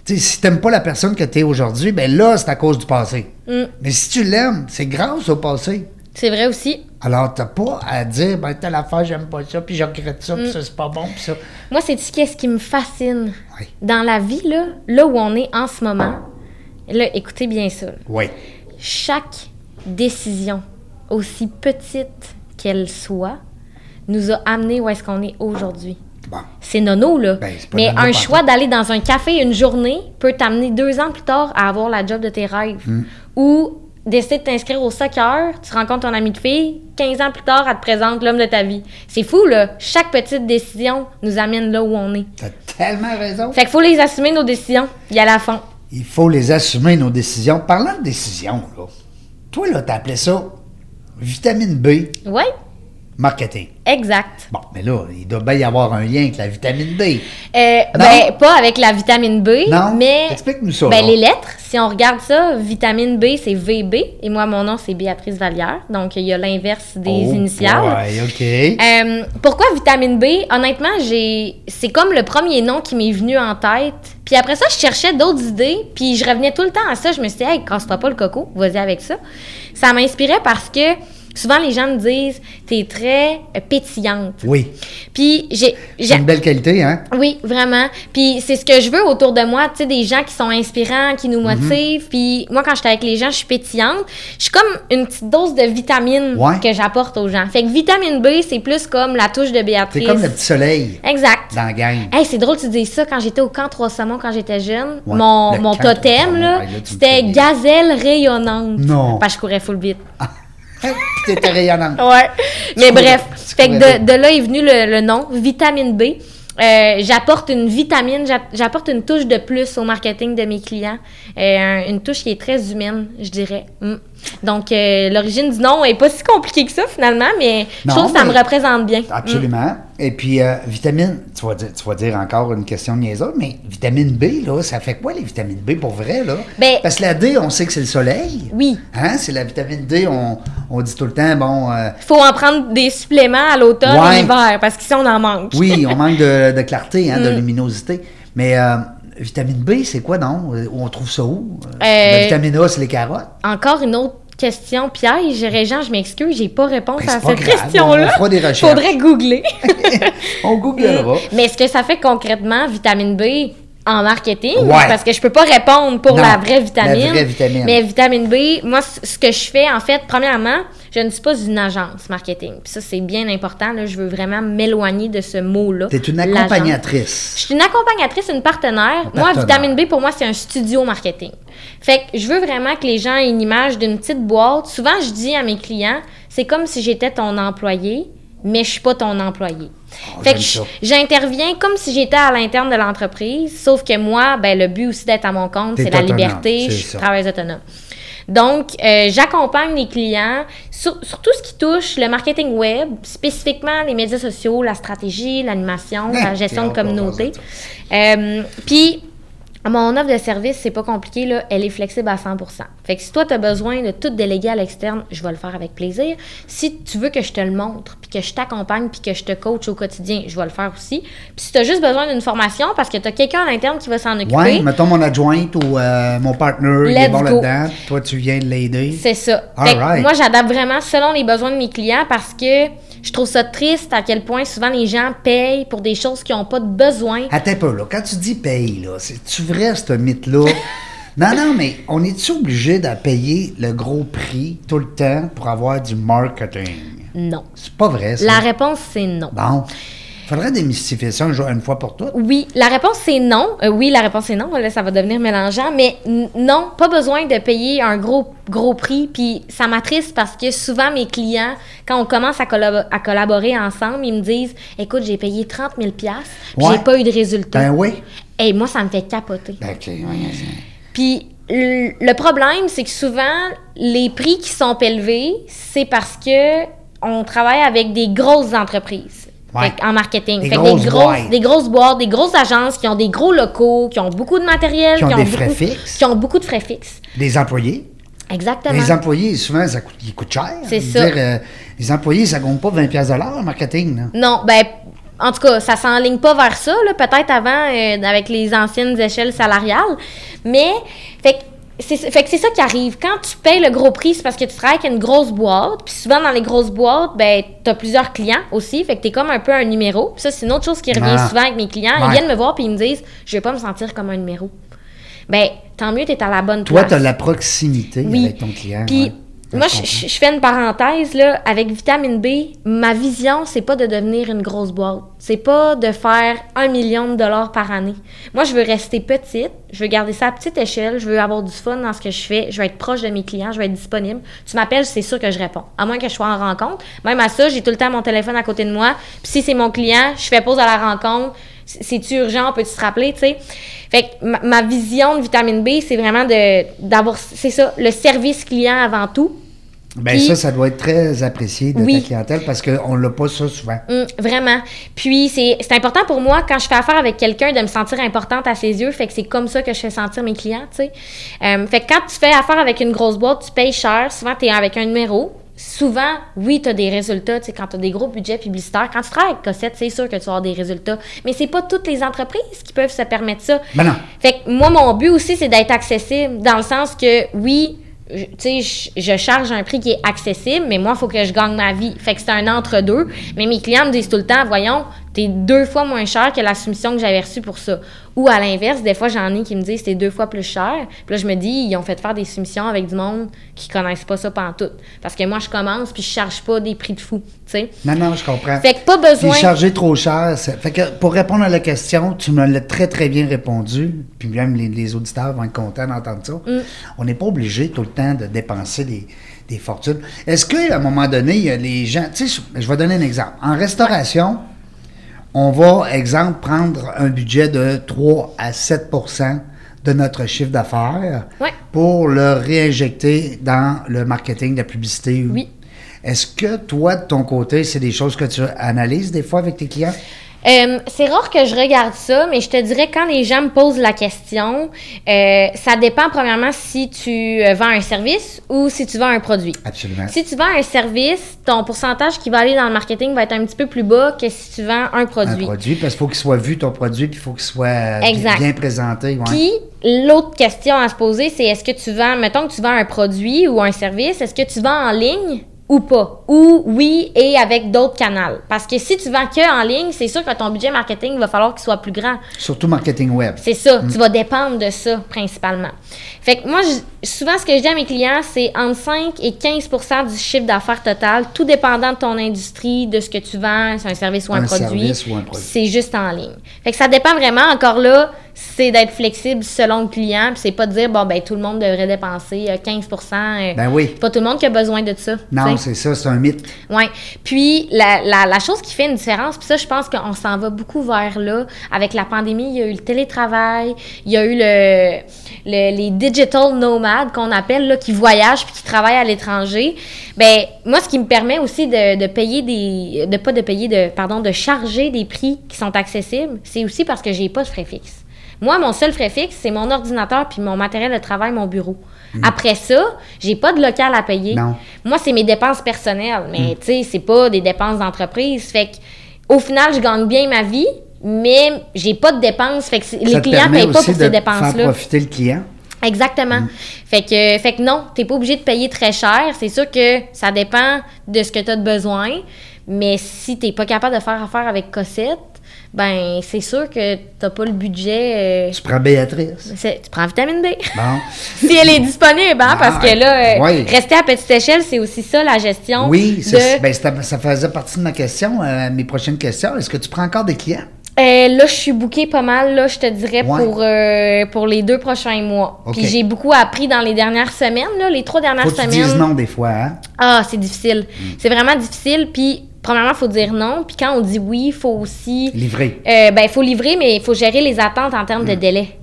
S1: Tu sais, si t'aimes pas la personne que t'es aujourd'hui, ben là, c'est à cause du passé.
S2: Mm.
S1: Mais si tu l'aimes, c'est grâce au passé.
S2: C'est vrai aussi.
S1: Alors, t'as pas à dire, ben, telle affaire, j'aime pas ça, puis je regrette ça,
S2: Mm.
S1: puis ça, c'est pas bon, puis ça.
S2: Moi, c'est qu'est-ce qui me fascine
S1: Oui.
S2: dans la vie, là, là où on est en ce moment. Là, écoutez bien ça.
S1: Oui.
S2: Chaque décision, aussi petite qu'elle soit, nous a amené où est-ce qu'on est aujourd'hui.
S1: Bon.
S2: C'est nono, là.
S1: Ben, c'est pas
S2: Mais
S1: nono
S2: un
S1: partout.
S2: choix d'aller dans un café une journée peut t'amener deux ans plus tard à avoir la job de tes rêves.
S1: Hmm.
S2: Ou décider de t'inscrire au soccer, tu rencontres ton ami de fille, 15 ans plus tard, elle te présente l'homme de ta vie. C'est fou, là. Chaque petite décision nous amène là où on est.
S1: T'as tellement raison.
S2: Fait qu'il faut les assumer, nos décisions, y aller à fond.
S1: Il faut les assumer, nos décisions. Parlant de décisions, là, toi, là, t'as appelé ça vitamine B
S2: Oui,
S1: marketing.
S2: exact.
S1: Bon, mais là, il doit bien y avoir un lien avec la vitamine D.
S2: Euh,
S1: Non.
S2: ben, pas avec la vitamine B,
S1: Non?
S2: mais.
S1: Explique-nous ça,
S2: Ben,
S1: là.
S2: les lettres, si on regarde ça, vitamine B, c'est VB. Et moi, mon nom, c'est Béatrice Vallière. Donc, il y a l'inverse des
S1: Oh,
S2: initiales.
S1: Ouais, OK.
S2: Euh, pourquoi vitamine B? Honnêtement, j'ai c'est comme le premier nom qui m'est venu en tête. Puis après ça, je cherchais d'autres idées. Puis je revenais tout le temps à ça. Je me suis dit, hey, casse-toi pas le coco, vas-y avec ça. Ça m'inspirait parce que souvent les gens me disent, t'es très euh, pétillante.
S1: Oui.
S2: Puis j'ai.
S1: C'est
S2: j'ai-
S1: une belle qualité, hein?
S2: oui, vraiment. Puis c'est ce que je veux autour de moi, tu sais, des gens qui sont inspirants, qui nous
S1: Mhm.
S2: motivent. Puis moi, quand j'étais avec les gens, je suis pétillante. Je suis comme une petite dose de vitamine
S1: Ouais.
S2: que j'apporte aux gens. Fait que vitamine B, c'est plus comme la touche de
S1: C'est
S2: Béatrice.
S1: comme le petit soleil
S2: Exact.
S1: dans la gang.
S2: Hey, c'est drôle que tu dises ça. Quand j'étais au camp Trois-Saumons, quand j'étais jeune,
S1: Ouais,
S2: mon,
S1: le
S2: mon
S1: camp Trois-Saumons,
S2: totem, là,
S1: ouais, là, tu me fais
S2: c'était
S1: des-
S2: gazelle rayonnante.
S1: Non.
S2: Parce que je courais full vite.
S1: Hein? T'es rayonnante.
S2: Ouais. Mais
S1: pourrais-
S2: bref,
S1: tu
S2: fait que
S1: pourrais
S2: de, de là est venu le, le nom, vitamine B. Euh, j'apporte une vitamine, j'app- j'apporte une touche de plus au marketing de mes clients. Euh, un- une touche qui est très humaine, je dirais. Mm. Donc, euh, l'origine du nom est pas si compliquée que ça, finalement, mais
S1: Non,
S2: je trouve que ça
S1: mais-
S2: me représente bien. Mm.
S1: Absolument. Et puis, euh, vitamine, tu vas, dire, tu vas dire encore une question de niaiseuse, mais vitamine B, là, ça fait quoi les vitamines B pour vrai, là?
S2: Ben-
S1: Parce que la D, on sait que c'est le soleil.
S2: Oui.
S1: Hein? C'est la vitamine D, on, on dit tout le temps, bon, euh,
S2: Il faut en prendre des suppléments à l'automne
S1: Ouais.
S2: et l'hiver, parce qu'ici, on en manque.
S1: oui, on manque de, de clarté, hein, de
S2: Mm.
S1: luminosité. Mais euh, vitamine B, c'est quoi, non? Euh, On trouve ça où? Euh,
S2: Euh,
S1: La vitamine A, c'est les carottes.
S2: Encore une autre question piège. Régent, je m'excuse, j'ai pas réponse
S1: Ben, c'est
S2: à
S1: pas
S2: cette
S1: grave,
S2: question-là.
S1: on fera des recherches. [LAUGHS]
S2: Faudrait googler.
S1: On googlera.
S2: Mais ce que ça fait concrètement, vitamine B en marketing,
S1: Ouais.
S2: parce que je peux pas répondre pour
S1: Non,
S2: la vraie
S1: la
S2: vitamine.
S1: vraie vitamine.
S2: Mais vitamine B, moi, c- ce que je fais, en fait, premièrement, Je ne suis pas une agence marketing. Puis ça, c'est bien important. Là, je veux vraiment m'éloigner de ce mot-là.
S1: T'es une
S2: l'agence.
S1: accompagnatrice.
S2: Je suis une accompagnatrice, une partenaire.
S1: Un partenaire.
S2: Moi, Vitamine B, pour moi, c'est un studio marketing. Fait que je veux vraiment que les gens aient une image d'une petite boîte. Souvent, je dis à mes clients, c'est comme si j'étais ton employé, mais je suis pas ton employé.
S1: Oh,
S2: fait que
S1: j'aime
S2: je- j'interviens comme si j'étais à l'interne de l'entreprise, sauf que moi, ben, le but aussi d'être à mon compte,
S1: T'es
S2: c'est la
S1: autonome,
S2: liberté,
S1: c'est
S2: je suis
S1: ça.
S2: travailleuse autonome. Donc, euh, j'accompagne les clients sur, sur tout ce qui touche le marketing web, spécifiquement les médias sociaux, la stratégie, l'animation, la gestion de
S1: j'ai hâte de
S2: communauté. Euh, Puis, mon offre de service, c'est pas compliqué, là, elle est flexible à 100 Fait que si toi, tu as besoin de tout déléguer à l'externe, je vais le faire avec plaisir. Si tu veux que je te le montre, puis que je t'accompagne, puis que je te coach au quotidien, je vais le faire aussi. Puis si tu as juste besoin d'une formation parce que tu as quelqu'un à l'interne qui va s'en occuper,
S1: Ouais, mettons mon adjointe ou euh, mon partner, il est
S2: Let's
S1: bon
S2: go.
S1: là-dedans. Toi, tu viens de l'aider.
S2: C'est ça.
S1: All
S2: Fait que
S1: right.
S2: Moi, j'adapte vraiment selon les besoins de mes clients parce que je trouve ça triste à quel point souvent les gens payent pour des choses qui n'ont pas de besoin.
S1: Attends un peu, Ah, là. Quand tu dis paye, là, c'est-tu vrai, ce
S2: [LAUGHS]
S1: mythe-là? non, non, mais on est-tu obligé de payer le gros prix tout le temps pour avoir du marketing?
S2: Non.
S1: C'est pas vrai, ça.
S2: La réponse, c'est non.
S1: Bon. Faudrait démystifier ça un jour, une fois pour toutes.
S2: Oui, la réponse c'est non. Euh, oui, la réponse c'est non. Là, ça va devenir mélangeant, mais n- non, pas besoin de payer un gros gros prix. Puis ça m'attriste parce que souvent mes clients, quand on commence à, collabo- à collaborer ensemble, ils me disent, écoute, j'ai payé 30 000 pièces,
S1: Ouais.
S2: j'ai pas eu de résultat.
S1: Ben oui.
S2: Et moi, ça me fait capoter.
S1: Ben, ok, ouais,
S2: Puis le le problème, c'est que souvent, les prix qui sont élevés, c'est parce que on travaille avec des grosses entreprises.
S1: Ouais.
S2: Fait que- en marketing.
S1: Des
S2: Fait que
S1: grosses
S2: des, grosses,
S1: boîtes.
S2: des grosses boîtes, des grosses agences qui ont des gros locaux, qui ont beaucoup de matériel,
S1: Qui ont des
S2: beaucoup,
S1: frais fixes.
S2: Qui ont beaucoup de frais fixes.
S1: Les employés.
S2: Exactement.
S1: Les employés, souvent, ça coûte, ils coûtent cher.
S2: C'est
S1: Je veux
S2: ça.
S1: dire, euh, les employés, ça compte pas 20$ piastres de l'heure, le marketing. là.
S2: Non, ben, en tout cas, ça s'enligne pas vers ça, là, peut-être avant, euh, avec les anciennes échelles salariales. Mais, fait que c'est fait que c'est ça qui arrive. Quand tu payes le gros prix, c'est parce que tu travailles avec une grosse boîte. Puis souvent, dans les grosses boîtes, ben, t'as plusieurs clients aussi. Fait que t'es comme un peu un numéro. Puis ça, c'est une autre chose qui revient
S1: Ah.
S2: souvent avec mes clients.
S1: Ouais.
S2: Ils viennent me voir puis ils me disent Je vais pas me sentir comme un numéro. Ben, tant mieux, t'es à la bonne
S1: Toi,
S2: place.
S1: tu as la proximité
S2: Oui.
S1: avec ton client.
S2: Puis,
S1: ouais. Ouais,
S2: moi,
S1: je
S2: je,
S1: comprends.
S2: je- je fais une parenthèse, là. Avec vitamine B, ma vision, c'est pas de devenir une grosse boîte. C'est pas de faire un million de dollars par année. Moi, je veux rester petite. Je veux garder ça à petite échelle. Je veux avoir du fun dans ce que je fais. Je veux être proche de mes clients. Je veux être disponible. Tu m'appelles, c'est sûr que je réponds. À moins que je sois en rencontre. Même à ça, j'ai tout le temps mon téléphone à côté de moi. Puis, si c'est mon client, je fais pause à la rencontre. C- C'est-tu urgent? Peux-tu se rappeler, tu sais? Fait que ma, ma vision de vitamine B, c'est vraiment de d'avoir, c'est ça, le service client avant tout.
S1: Ben
S2: Puis-
S1: ça, ça doit être très apprécié de
S2: Oui.
S1: ta clientèle parce qu'on l'a pas ça souvent.
S2: Hum, vraiment. Puis, c'est c'est important pour moi, quand je fais affaire avec quelqu'un, de me sentir importante à ses yeux. Fait que c'est comme ça que je fais sentir mes clients, tu sais. Euh, fait que quand tu fais affaire avec une grosse boîte, tu payes cher. Souvent, tu es avec un numéro. Souvent, oui, tu as des résultats. Tu sais, quand tu as des gros budgets publicitaires, quand tu travailles avec Cossette, c'est sûr que tu vas avoir des résultats. Mais c'est pas toutes les entreprises qui peuvent se permettre ça.
S1: Ben non.
S2: Fait que moi, mon but aussi, c'est d'être accessible, dans le sens que oui, je- tu sais, je, je charge un prix qui est accessible, mais moi, il faut que je gagne ma vie. Fait que c'est un entre-deux. Mais mes clients me disent tout le temps, voyons, t'es deux fois moins cher que la soumission que j'avais reçue pour ça. Ou à l'inverse, des fois, j'en ai qui me disent, t'es deux fois plus cher. Puis là, je me dis, ils ont fait faire des soumissions avec du monde qui connaissent pas ça pantoute. Parce que moi, je commence, puis je charge pas des prix de fou, tu sais.
S1: Non, non, je comprends.
S2: Fait que pas
S1: Puis
S2: besoin...
S1: charger trop cher. ça- Fait que pour répondre à la question, tu me l'as très, très bien répondu. Puis même les, les auditeurs vont être contents d'entendre ça.
S2: Mm.
S1: On n'est pas obligé tout le temps de dépenser des, des fortunes. Est-ce qu'à un moment donné, il y a les gens. Tu sais, je vais donner un exemple. En restauration, on va, exemple, prendre un budget de 3 à 7 de notre chiffre d'affaires
S2: Ouais.
S1: pour le réinjecter dans le marketing, la publicité.
S2: Oui.
S1: Est-ce que toi, de ton côté, c'est des choses que tu analyses des fois avec tes clients?
S2: Euh, c'est rare que je regarde ça, mais je te dirais quand les gens me posent la question, euh, ça dépend premièrement si tu euh, vends un service ou si tu vends un produit.
S1: Absolument.
S2: Si tu vends un service, ton pourcentage qui va aller dans le marketing va être un petit peu plus bas que si tu vends un
S1: Un
S2: produit.
S1: produit, parce qu'il faut qu'il soit vu ton produit, puis il faut qu'il soit euh, bi-
S2: Exact.
S1: bien présenté. ouais.
S2: Puis, l'autre question à se poser, c'est est-ce que tu vends, mettons que tu vends un produit ou un service, est-ce que tu vends en ligne ou pas. Ou oui et avec d'autres canaux. Parce que si tu vends que en ligne, c'est sûr que ton budget marketing, il va falloir qu'il soit plus grand.
S1: Surtout marketing web.
S2: C'est ça. Tu vas dépendre de ça, principalement. Fait que moi, je- souvent, ce que je dis à mes clients, c'est entre 5 et 15 du chiffre d'affaires total, tout dépendant de ton industrie, de ce que tu vends, c'est un service ou un,
S1: Un
S2: produit.
S1: service ou un produit.
S2: C'est juste en ligne. Fait que ça dépend vraiment. Encore là, c'est d'être flexible selon le client. Puis c'est pas de dire, bon, ben tout le monde devrait dépenser euh, 15 euh,
S1: Ben oui.
S2: C'est pas tout le monde qui a besoin de ça.
S1: Non,
S2: tu sais.
S1: c'est ça, c'est un mythe.
S2: Ouais. Puis la, la, la chose qui fait une différence, puis ça, je pense qu'on s'en va beaucoup vers là. Avec la pandémie, il y a eu le télétravail, il y a eu le, le- les digital nomades qu'on appelle là, qui voyagent puis qui travaillent à l'étranger. Ben moi, ce qui me permet aussi de, de payer des, de pas de payer de, pardon, de charger des prix qui sont accessibles, c'est aussi parce que j'ai pas de frais fixes. Moi, mon seul frais fixe, c'est mon ordinateur puis mon matériel de travail, mon bureau. Après ça, j'ai pas de local à payer.
S1: Non.
S2: Moi, c'est mes dépenses personnelles,
S1: Mm.
S2: mais tu sais, c'est pas des dépenses d'entreprise. Fait que, au final, je gagne bien ma vie, mais j'ai pas de dépenses. Fait que c'est- les
S1: ça te
S2: clients
S1: permet
S2: payent pas
S1: aussi
S2: pour ces
S1: de faire
S2: dépenses-là.
S1: profiter Mm. le client.
S2: Exactement. Fait que, fait que non, t'es pas obligé de payer très cher. C'est sûr que ça dépend de ce que tu as de besoin, mais si t'es pas capable de faire affaire avec Cossette, ben c'est sûr que t'as pas le budget. euh,
S1: Tu prends Béatrice.
S2: c'est- tu prends vitamine B.
S1: Bon.
S2: si elle est disponible, hein,
S1: Ah,
S2: parce que là, euh,
S1: ouais.
S2: rester à petite échelle, c'est aussi ça, la gestion.
S1: Oui,
S2: de-
S1: ça, ben, ça- ça faisait partie de ma question, euh, mes prochaines questions. Est-ce que tu prends encore des clients?
S2: Euh, là, je suis bookée pas mal, là, je te dirais,
S1: Ouais.
S2: pour, euh, pour les deux prochains mois.
S1: Ok.
S2: Puis j'ai beaucoup appris dans les dernières semaines, là, les trois dernières
S1: Faut que tu
S2: semaines.
S1: dises non Mm. des fois, hein?
S2: Ah, c'est difficile. C'est vraiment difficile. Puis, premièrement, il faut dire non. Puis, quand on dit oui, il faut aussi.
S1: Livrer. Mm.
S2: Euh, ben, il faut livrer, mais il faut gérer les attentes en termes de délai.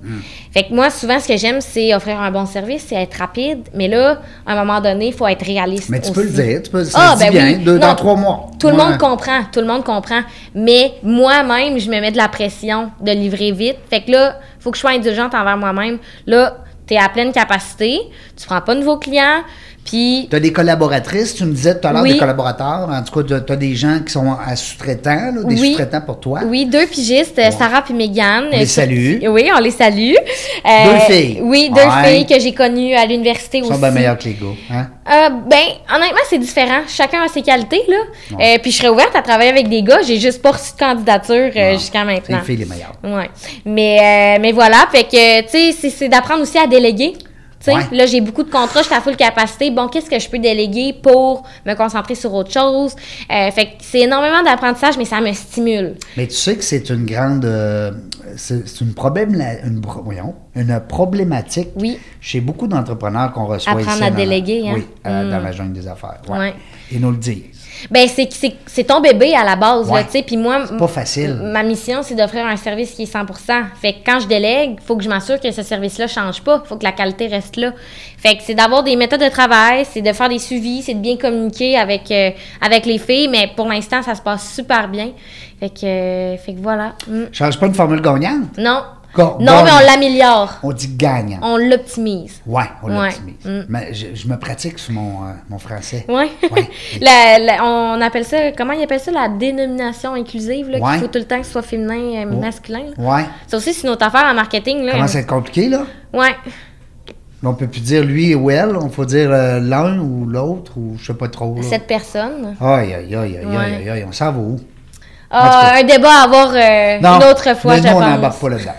S2: Fait que moi, souvent, ce que j'aime, c'est offrir un bon service, c'est être rapide. Mais là, à un moment donné, il faut être réaliste.
S1: Mais tu peux le
S2: aussi.
S1: dire, tu peux, ça
S2: Ah,
S1: se
S2: ben
S1: dit bien,
S2: oui.
S1: deux- dans
S2: Non.
S1: trois mois.
S2: Tout le
S1: Ouais.
S2: monde comprend, tout le monde comprend. Mais moi-même, je me mets de la pression de livrer vite. Fait que là, faut que je sois indulgente envers moi-même. Là, tu es à pleine capacité, tu prends pas de nouveaux clients, puis
S1: Tu as des collaboratrices, tu me disais tout à l'heure
S2: Oui.
S1: des collaborateurs, en tout cas, tu as des gens qui sont à sous-traitants, là, des
S2: Oui.
S1: sous-traitants pour toi.
S2: Oui, deux pigistes, euh, Sarah puis Megan.
S1: On les salue.
S2: Oui, on les salue. Euh,
S1: Deux filles.
S2: Oui, deux
S1: Ouais.
S2: filles que j'ai connues à l'université
S1: Ils
S2: aussi.
S1: sont bien meilleurs que les gars. Hein?
S2: Euh, ben, honnêtement, c'est différent. Chacun a ses qualités, là. Euh, puis je serais ouverte à travailler avec des gars. J'ai juste pas reçu de candidature euh,
S1: Non.
S2: jusqu'à
S1: C'est les
S2: maintenant.
S1: filles les meilleures.
S2: Ouais. Mais, euh, mais voilà, fait que, tu sais, c'est- c'est d'apprendre aussi à déléguer. Tu sais,
S1: Ouais.
S2: Là, j'ai beaucoup de contrats, je suis à full capacité. Bon, qu'est-ce que je peux déléguer pour me concentrer sur autre chose? Euh, fait que c'est énormément d'apprentissage, mais ça me stimule.
S1: Mais tu sais que c'est une grande. euh, c'est c'est une, problème, une, pro- voyons, une problématique
S2: Oui.
S1: chez beaucoup d'entrepreneurs qu'on reçoit
S2: Apprendre
S1: ici.
S2: à
S1: dans la-
S2: déléguer, hein.
S1: Oui, euh,
S2: Mm.
S1: dans la jungle des affaires.
S2: Ouais.
S1: Ils nous le disent.
S2: Ben, c'est que c'est- c'est ton bébé à la base, là,
S1: Ouais.
S2: tu sais. Puis moi,
S1: Pas facile.
S2: ma mission, c'est d'offrir un service qui est 100 Fait que quand je délègue, faut que je m'assure que ce service-là change pas. faut que la qualité reste là. Fait que c'est d'avoir des méthodes de travail, c'est de faire des suivis, c'est de bien communiquer avec, euh, avec les filles. Mais pour l'instant, ça se passe super bien. Fait que, euh, fait que voilà. Mm.
S1: Change pas une formule gagnante.
S2: Non.
S1: Go-
S2: non,
S1: gagne.
S2: mais on l'améliore.
S1: On dit gagnant.
S2: On l'optimise.
S1: Ouais, on
S2: Ouais.
S1: l'optimise.
S2: Mm.
S1: Mais je, je me pratique sur mon, euh, mon français.
S2: Ouais.
S1: Ouais.
S2: [LAUGHS] La- la- on appelle ça, comment il appelle ça, la dénomination inclusive, là,
S1: Ouais.
S2: qu'il faut tout le temps que ce soit féminin, euh,
S1: Ouais.
S2: masculin. là.
S1: Ouais.
S2: Ça aussi, c'est une autre affaire en marketing, là.
S1: Comment ça va être compliqué, là?
S2: Ouais.
S1: On peut plus dire lui ou elle, on faut dire euh, l'un ou l'autre ou je sais pas trop. là.
S2: Cette personne.
S1: Aïe, aïe, aïe, aïe, aïe,
S2: Ouais.
S1: aïe, aïe, on s'en va où?
S2: Ah,
S1: tout
S2: un débat à avoir euh, une autre fois,
S1: mais
S2: je
S1: nous, on
S2: pense.
S1: n'embarque pas
S2: [LAUGHS]
S1: là-dedans.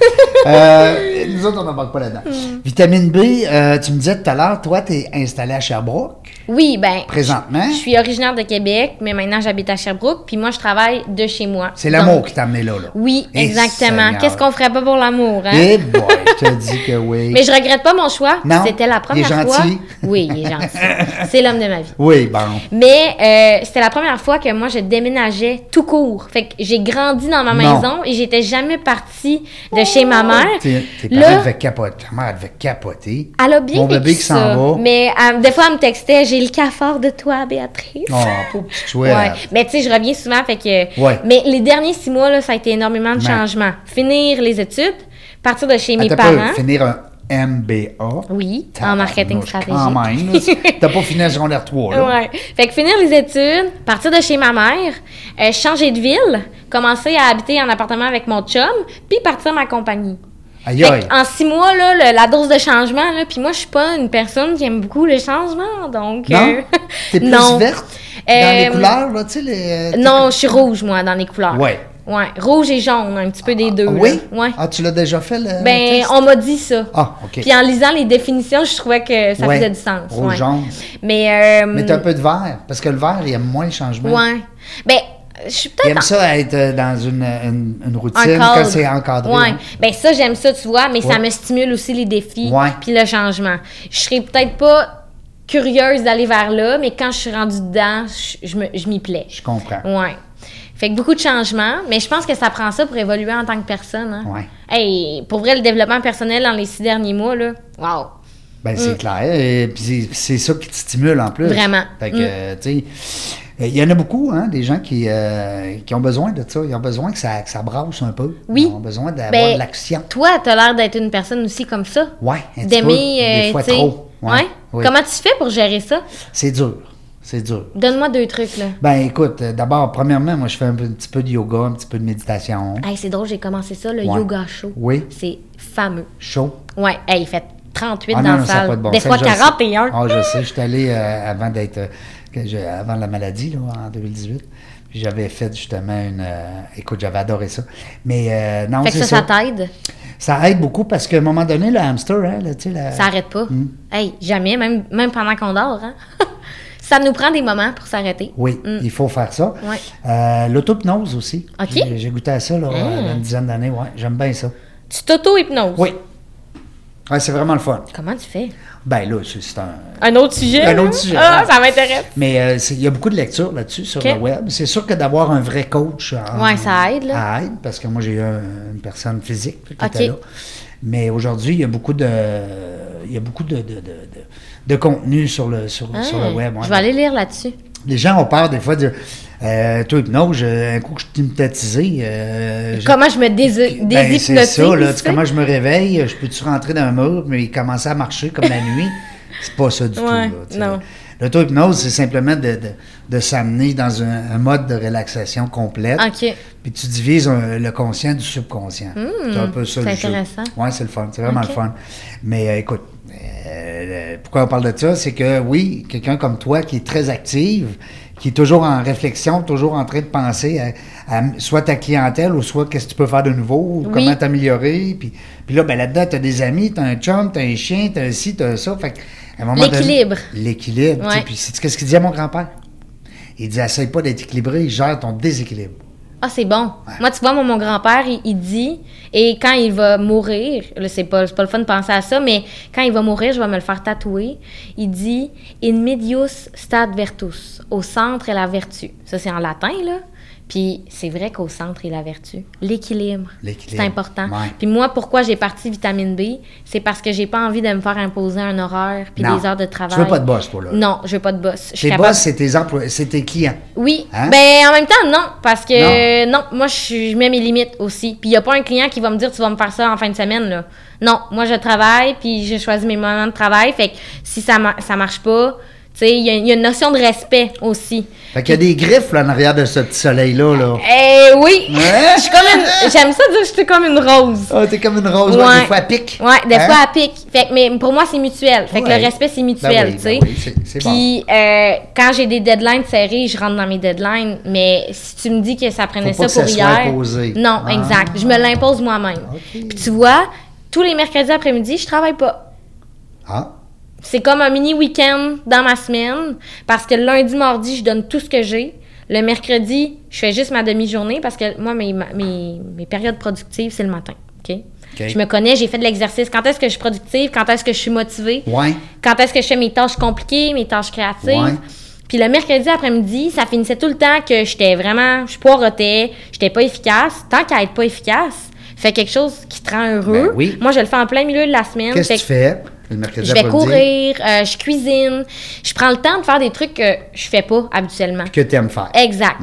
S1: Euh, nous autres, on n'embarque pas là-dedans.
S2: Mm.
S1: Vitamine B, euh, tu me disais tout à l'heure, toi, tu es installé à Sherbrooke,
S2: Oui, ben.
S1: présentement.
S2: Je suis originaire de Québec, mais maintenant j'habite à Sherbrooke, puis moi je travaille de chez moi.
S1: C'est l'amour
S2: Donc,
S1: qui t'a amené là, là.
S2: Oui,
S1: Eh,
S2: exactement.
S1: Seigneur.
S2: Qu'est-ce qu'on ferait pas pour l'amour, hein?
S1: Eh boy, je te dis que oui.
S2: [LAUGHS] Mais je regrette pas mon choix.
S1: Non,
S2: C'était la
S1: il est
S2: première fois.
S1: gentil.
S2: Oui, il est gentil.
S1: [LAUGHS]
S2: C'est l'homme de ma vie.
S1: Oui, bon.
S2: Mais euh, c'était la première fois que moi je déménageais tout court. Fait que j'ai grandi dans
S1: Non.
S2: ma
S1: Oh!
S2: maison et j'étais jamais partie de chez ma mère.
S1: Tes tes parents
S2: Là,
S1: devaient capoter. Ta mère devait capoter.
S2: elle a bien
S1: Mon
S2: vécu
S1: bébé qui
S2: ça.
S1: s'en va.
S2: Mais euh, des fois elle me textait j'ai le cafard de toi Béatrice. [LAUGHS]
S1: Oh, pauvre petite chouette.
S2: Ouais. Mais tu sais, je reviens souvent, fait que.
S1: Ouais.
S2: Mais les derniers six mois, là, ça a été énormément de
S1: Mais-
S2: changements. Finir les études, partir de chez mes
S1: Attends un peu,
S2: parents.
S1: finir un MBA.
S2: Oui, en
S1: Tabarnouche,
S2: marketing stratégique.
S1: Quand même. là, c'est- T'as pas fini la secondaire 3, là.
S2: Ouais. Fait que finir les études, partir de chez ma mère, euh, changer de ville, commencer à habiter en appartement avec mon chum, puis partir ma compagnie.
S1: Aïe,
S2: Fait
S1: aïe.
S2: que En six mois, là, le- la dose de changement, là, puis moi, je suis pas une personne qui aime beaucoup le changement, donc...
S1: Non?
S2: euh, [LAUGHS]
S1: T'es plus
S2: non.
S1: verte dans les
S2: Euh,
S1: couleurs, là, tu sais, les...
S2: Non, je suis rouge, moi, dans les couleurs.
S1: Ouais.
S2: Ouais, rouge et jaune, un petit peu des deux.
S1: Ah oui?
S2: là. Ouais.
S1: Ah, tu l'as déjà fait, le
S2: ben,
S1: test?
S2: on m'a dit ça.
S1: Ah, OK.
S2: Puis en lisant les définitions, je trouvais que ça
S1: Ouais.
S2: faisait du sens.
S1: Rouge,
S2: ouais.
S1: jaune.
S2: Mais, euh,
S1: Mais t'as un peu de vert, parce que le vert, il aime moins le changement.
S2: Ouais. Ben, je suis
S1: Il
S2: peut-être
S1: aime ça être euh, dans une, une, une
S2: en-
S1: routine
S2: encadre.
S1: quand c'est encadré.
S2: Ouais.
S1: hein.
S2: Ben ça, j'aime ça, tu vois, mais
S1: Ouais.
S2: ça me stimule aussi les défis
S1: Ouais.
S2: puis le changement. Je serais peut-être pas curieuse d'aller vers là, mais quand je suis rendue dedans, je, je me- je m'y plais.
S1: Je comprends.
S2: Ouais. Fait que beaucoup de changements, mais je pense que ça prend ça pour évoluer en tant que personne. hein.
S1: Ouais.
S2: Hey, pour vrai, le développement personnel dans les six derniers mois, là, wow.
S1: Ben, c'est clair. Et puis c'est- c'est ça qui te stimule en plus.
S2: Mm. Vraiment. Mm.
S1: Fait que, euh, tu sais, il y en a beaucoup, hein, des gens qui, euh, qui ont besoin de ça. Ils ont besoin que ça, que ça brasse un peu.
S2: Oui.
S1: Ils ont besoin d'avoir
S2: Ben,
S1: de l'action.
S2: Toi, t'as l'air d'être une personne aussi comme ça.
S1: Ouais, un petit peu.
S2: D'aimer,
S1: Des
S2: euh,
S1: fois
S2: tu sais.
S1: trop. Ouais.
S2: Ouais.
S1: Oui.
S2: Comment tu fais pour gérer ça?
S1: C'est dur. C'est dur.
S2: Donne-moi deux trucs, là.
S1: Ben, écoute, euh, d'abord, premièrement, moi, je fais un, peu- un petit peu de yoga, un petit peu de méditation.
S2: Hey, c'est drôle, j'ai commencé ça, le
S1: Ouais.
S2: yoga show.
S1: Oui.
S2: C'est fameux.
S1: Chaud.
S2: Ouais, hey, il fait 38
S1: Ah
S2: dans
S1: non,
S2: la
S1: non, ça n'a
S2: salle.
S1: pas de bon
S2: Des
S1: sens,
S2: fois
S1: je le sais.
S2: 41.
S1: Ah, je sais, j'étais allé euh, avant d'être. euh, que je- avant la maladie, là, en 2018. Puis J'avais fait justement une. euh, écoute, j'avais adoré ça. Mais euh, non,
S2: fait que
S1: c'est
S2: ça,
S1: ça.
S2: ça t'aide.
S1: Ça aide beaucoup parce qu'à un moment donné, le hamster, hein, là, tu sais, la-
S2: Ça arrête pas.
S1: Hmm.
S2: Hey, jamais, même, même pendant qu'on dort. hein. [LAUGHS] ça nous prend des moments pour s'arrêter.
S1: Oui, il faut faire ça.
S2: Mm. Ouais.
S1: Euh, L'autopnose aussi.
S2: Ok. Mm.
S1: J'ai- J'ai goûté à ça là, euh, dans une dizaine d'années. Ouais, J'aime bien ça.
S2: Tu t'auto-hypnoses.
S1: Oui. Ouais, c'est vraiment le fun.
S2: Comment tu fais?
S1: Ben là, c'est c'est un.
S2: Un autre sujet?
S1: Un
S2: là?
S1: autre sujet.
S2: Ah, ça m'intéresse.
S1: Mais euh, c'est- il y a beaucoup de lectures là-dessus sur
S2: Ok.
S1: le web. C'est sûr que d'avoir un vrai coach. euh, en-
S2: Ouais, ça aide, là.
S1: ça aide, parce que moi, j'ai eu un- une personne physique qui
S2: Ok.
S1: était là. Mais aujourd'hui, il y a beaucoup de. Il y a beaucoup de, de, de, de- de contenu sur le, sur, sur le
S2: Ah,
S1: web. ouais.
S2: Je vais aller lire là-dessus.
S1: Les gens ont peur des fois de. Euh, toi, hypnose, euh, un coup que je suis hypnotisé. euh, j'ai-
S2: Comment je me dés-
S1: ben,
S2: déshypnotise.
S1: c'est ça, là.
S2: tu
S1: Tu sais,
S2: sais?
S1: comment je me réveille? Je peux-tu rentrer dans un mur, mais commencer à marcher comme la nuit? C'est pas ça du tout.
S2: Ouais,
S1: là, tu sais.
S2: non.
S1: L'auto-hypnose, c'est simplement de, de, de s'amener dans un, un mode de relaxation complète.
S2: OK. Hmm,
S1: Puis tu divises un- le conscient du subconscient. c'est un peu ça
S2: c'est
S1: le jeu.
S2: intéressant.
S1: Oui, c'est le fun. C'est vraiment
S2: Ok.
S1: le fun. Mais euh, écoute, euh, euh, pourquoi on parle de ça? C'est que oui, quelqu'un comme toi qui est très active, qui est toujours en réflexion, toujours en train de penser à, à soit ta clientèle ou soit qu'est-ce que tu peux faire de nouveau, ou
S2: Oui.
S1: comment t'améliorer. Puis, puis là, ben, là-dedans, tu as des amis, tu as un chum, tu as un chien, tu as ci, tu as ça. Fait que, à un moment donné-
S2: L'équilibre.
S1: L'équilibre. tu sais.
S2: Ouais.
S1: Puis c'est- qu'est-ce qu'il disait mon grand-père? Il disait, essaye pas d'être équilibré, gère ton déséquilibre.
S2: Ah, c'est bon. Moi, tu vois, moi, mon grand-père, il, il dit, et quand il va mourir, là, c'est pas, c'est pas le fun de penser à ça, mais quand il va mourir, je vais me le faire tatouer. Il dit In medius stat vertus. Au centre est la vertu. Ça, c'est en latin, là. Puis c'est vrai qu'au centre est la vertu. L'équilibre.
S1: L'équilibre,
S2: C'est important.
S1: ouais.
S2: Puis moi, pourquoi j'ai parti vitamine B, c'est parce que j'ai pas envie de me faire imposer un horaire puis
S1: Non.
S2: des heures de
S1: Tu veux
S2: travail.
S1: pas de boss, toi, là.
S2: Non, je veux pas de boss. Je suis
S1: Tes
S2: capable-
S1: boss, c'est tes emplois, c'est tes clients.
S2: oui,
S1: Hein?
S2: ben en même temps non parce que non, moi je, suis- je mets mes limites aussi. Puis il y a pas un client qui va me dire tu vas me faire ça en fin de semaine là. Non, moi je travaille puis j'ai choisi mes moments de travail fait que si ça ma- ça marche pas, tu sais, il y, a- il y a une notion de respect aussi.
S1: Fait qu'il y a des griffes là en arrière de ce petit soleil-là. Là.
S2: Eh oui,
S1: Ouais.
S2: je suis comme une- j'aime ça dire que je suis comme une rose.
S1: Ah, t'es comme une rose, ouais, des fois elle pique.
S2: Ouais, des
S1: Hein?
S2: fois à pique. Fait que, mais pour moi c'est mutuel. Fait que
S1: Ouais.
S2: le respect c'est mutuel,
S1: Ben oui,
S2: tu sais.
S1: ben oui, c'est- c'est
S2: Puis euh, quand j'ai des deadlines serrées, je rentre dans mes deadlines. Mais si tu me dis que ça prenait
S1: Faut pas
S2: ça
S1: que
S2: pour
S1: ça soit
S2: hier,
S1: imposé.
S2: non,
S1: Ah.
S2: exact. Je me l'impose moi-même.
S1: Ok.
S2: Puis tu vois, tous les mercredis après-midi, je travaille pas.
S1: Ah,
S2: C'est comme un mini week-end dans ma semaine parce que lundi, mardi, je donne tout ce que j'ai. Le mercredi, je fais juste ma demi-journée parce que moi, mes, ma- mes, mes périodes productives, c'est le matin. OK?
S1: Ok.
S2: Je me connais, j'ai fait de l'exercice. Quand est-ce que je suis productive? Quand est-ce que je suis motivée?
S1: ouais.
S2: quand est-ce que je fais mes tâches compliquées, mes tâches créatives.
S1: Ouais.
S2: Puis le mercredi après-midi, ça finissait tout le temps que j'étais vraiment, je poiretais, j'étais pas efficace. Tant qu'à être pas efficace, fais quelque chose qui te rend heureux.
S1: Ben oui.
S2: Moi, je le fais en plein milieu de la semaine.
S1: Qu'est-ce
S2: Fait
S1: que tu fais le mercredi
S2: Je vais
S1: après-midi?
S2: courir, euh, je cuisine, je prends le temps de faire des trucs que je fais pas habituellement.
S1: Que t'aimes faire.
S2: Exact.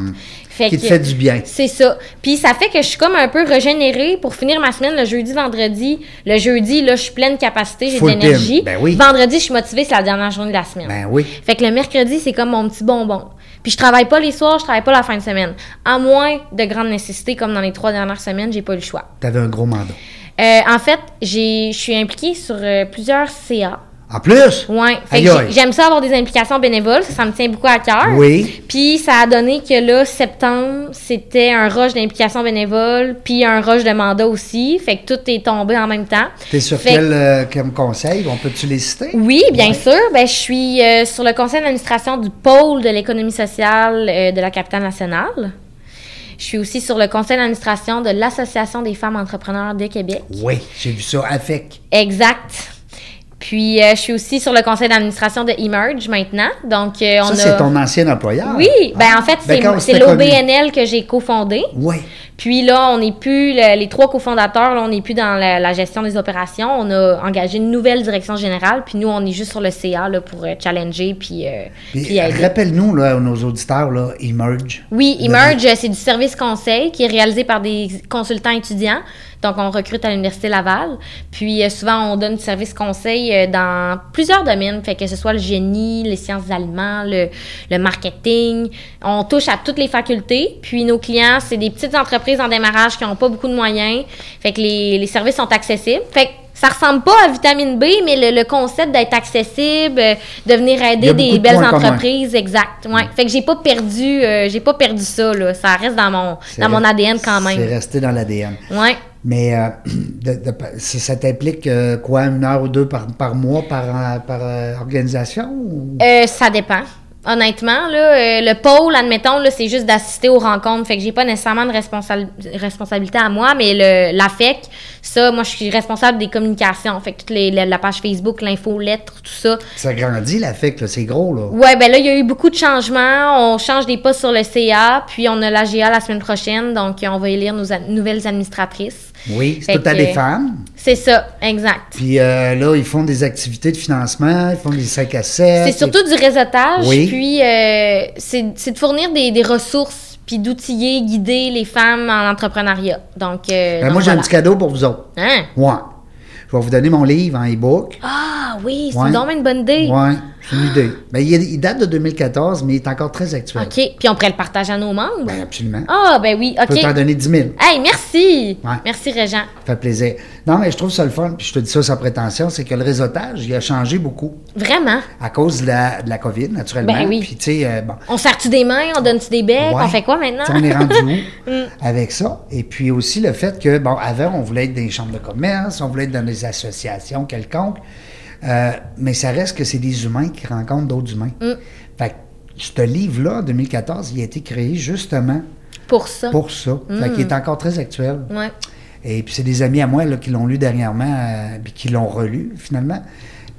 S2: Fait
S1: Qui te
S2: que-
S1: fait du bien.
S2: C'est ça. Puis ça fait que je suis comme un peu régénérée pour finir ma semaine le jeudi, vendredi. Le jeudi, là, je suis pleine capacité, j'ai de
S1: Full pim.
S2: l'énergie.
S1: Ben oui.
S2: Vendredi, je suis motivée, c'est la dernière journée de la semaine.
S1: Ben oui.
S2: Fait que le mercredi, c'est comme mon petit bonbon. Puis je travaille pas les soirs, je travaille pas la fin de semaine. À moins de grande nécessité, comme dans les trois dernières semaines, j'ai pas eu le choix.
S1: T'avais un gros mandat.
S2: Euh, en fait, j'ai- je suis impliquée sur euh, plusieurs CA.
S1: En plus?
S2: Ouais. Fait
S1: Aïe,
S2: que
S1: aïe.
S2: j'ai- j'aime ça avoir des implications bénévoles, ça, ça me tient beaucoup à cœur.
S1: Oui.
S2: Puis ça a donné que là, septembre, c'était un rush d'implication bénévole, puis un rush de mandat aussi. Fait que tout est tombé en même temps.
S1: T'es sur
S2: Fait-
S1: quel, euh, quel conseil? On peut-tu les citer?
S2: Oui, bien sûr. Ben, je suis euh, sur le conseil d'administration du pôle de l'économie sociale euh, de la capitale nationale. Je suis aussi sur le conseil d'administration de l'Association des femmes entrepreneurs de Québec.
S1: Oui, j'ai vu ça. Avec.
S2: Exact. Puis, euh, je suis aussi sur le conseil d'administration de Emerge maintenant. Donc, euh, on
S1: Ça,
S2: a...
S1: c'est ton ancien employeur.
S2: Oui, ben en fait,
S1: Ah. Ben,
S2: c'est-
S1: quand on
S2: c'est
S1: s'était connus.
S2: l'OBNL que j'ai cofondé.
S1: Oui.
S2: Puis là, on n'est plus, le- les trois cofondateurs, là, on n'est plus dans la, la gestion des opérations. On a engagé une nouvelle direction générale, puis nous, on est juste sur le CA là, pour euh, challenger, puis, euh,
S1: Puis,
S2: puis aider.
S1: rappelle-nous, là, à nos auditeurs, là, Emerge.
S2: Oui, Emerge, euh, c'est du service conseil qui est réalisé par des consultants étudiants. Donc, on recrute à l'Université Laval. Puis, euh, souvent, on donne du service conseil euh, dans plusieurs domaines, fait que ce soit le génie, les sciences allemandes, le, le marketing. On touche à toutes les facultés. Puis, nos clients, c'est des petites entreprises en démarrage qui n'ont pas beaucoup de moyens. Fait que les, les services sont accessibles. Fait que ça ressemble pas à Vitamine B, mais le, le concept d'être accessible, euh, de venir
S1: Il y a
S2: aider
S1: beaucoup
S2: des
S1: de
S2: belles
S1: points communs.
S2: entreprises entreprise, exact. Ouais.
S1: Mm.
S2: Fait que j'ai pas perdu, euh, j'ai pas perdu ça là. Ça reste dans mon,
S1: C'est
S2: dans mon
S1: re-
S2: ADN quand
S1: C'est
S2: même.
S1: resté dans l'ADN.
S2: Ouais.
S1: Mais euh, [CLEARS THROAT] de- de- ça ça t'implique euh, quoi, une heure ou deux par, par mois par, euh, par euh, organisation? ou-
S2: Euh, ça dépend. Honnêtement, là, euh, le pôle, admettons, là, c'est juste d'assister aux rencontres. Fait que j'ai pas nécessairement de responsa- responsabilité à moi, mais le, la FEC, ça, moi, je suis responsable des communications. Fait que toute les, la, la page Facebook, l'info, lettres, tout ça.
S1: Ça grandit, la FEC, là, c'est gros, là.
S2: Ouais, ben là, il y a eu beaucoup de changements. On change des postes sur le CA, puis on a l'AGA la semaine prochaine, donc euh, on va élire nos ad- nouvelles administratrices.
S1: Oui, c'est
S2: Fait
S1: tout à
S2: que-
S1: des femmes.
S2: C'est ça, exact.
S1: Puis euh, là, ils font des activités de financement, ils font des 5 à 7.
S2: C'est surtout du réseautage,
S1: Oui.
S2: puis euh, c'est c'est de fournir des, des ressources, puis d'outiller, guider les femmes en entrepreneuriat. Donc, euh,
S1: Ben,
S2: donc
S1: moi, j'ai
S2: voilà.
S1: un petit cadeau pour vous autres.
S2: Hein?
S1: Ouais. Je vais vous donner mon livre en e-book.
S2: Ah oui, c'est
S1: Ouais.
S2: donc une bonne idée.
S1: Ouais, c'est une idée. Ben, il, est- il date de 2014, mais il est encore très actuel.
S2: OK, puis on pourrait le partager à nos membres.
S1: Ben, absolument.
S2: Ah ben oui,
S1: Je peux t'en
S2: OK.
S1: donner 10 000.
S2: Hey, merci.
S1: Ouais.
S2: Merci Régent.
S1: Ça fait plaisir. Non, mais je trouve ça le fun, puis je te dis ça sans prétention, c'est que le réseautage, il a changé beaucoup
S2: Vraiment.
S1: à cause de la, de la COVID, naturellement.
S2: Ben oui.
S1: Puis, tu sais, euh, bon.
S2: On serre-tu des mains, on donne-tu des becs,
S1: Ouais.
S2: on fait quoi maintenant?
S1: Tu
S2: Mm.
S1: sais, On est rendu où avec ça? Et puis aussi le fait que, bon, avant, on voulait être dans les chambres de commerce, on voulait être dans des associations quelconques, euh, mais ça reste que c'est des humains qui rencontrent d'autres humains.
S2: Mm.
S1: Fait que ce livre-là, 2014, il a été créé justement
S2: [LAUGHS] Pour ça.
S1: pour ça. Fait
S2: Mm.
S1: qu'il est encore très actuel.
S2: Ouais.
S1: Et puis c'est des amis à moi là, qui l'ont lu dernièrement, euh, puis qui l'ont relu finalement,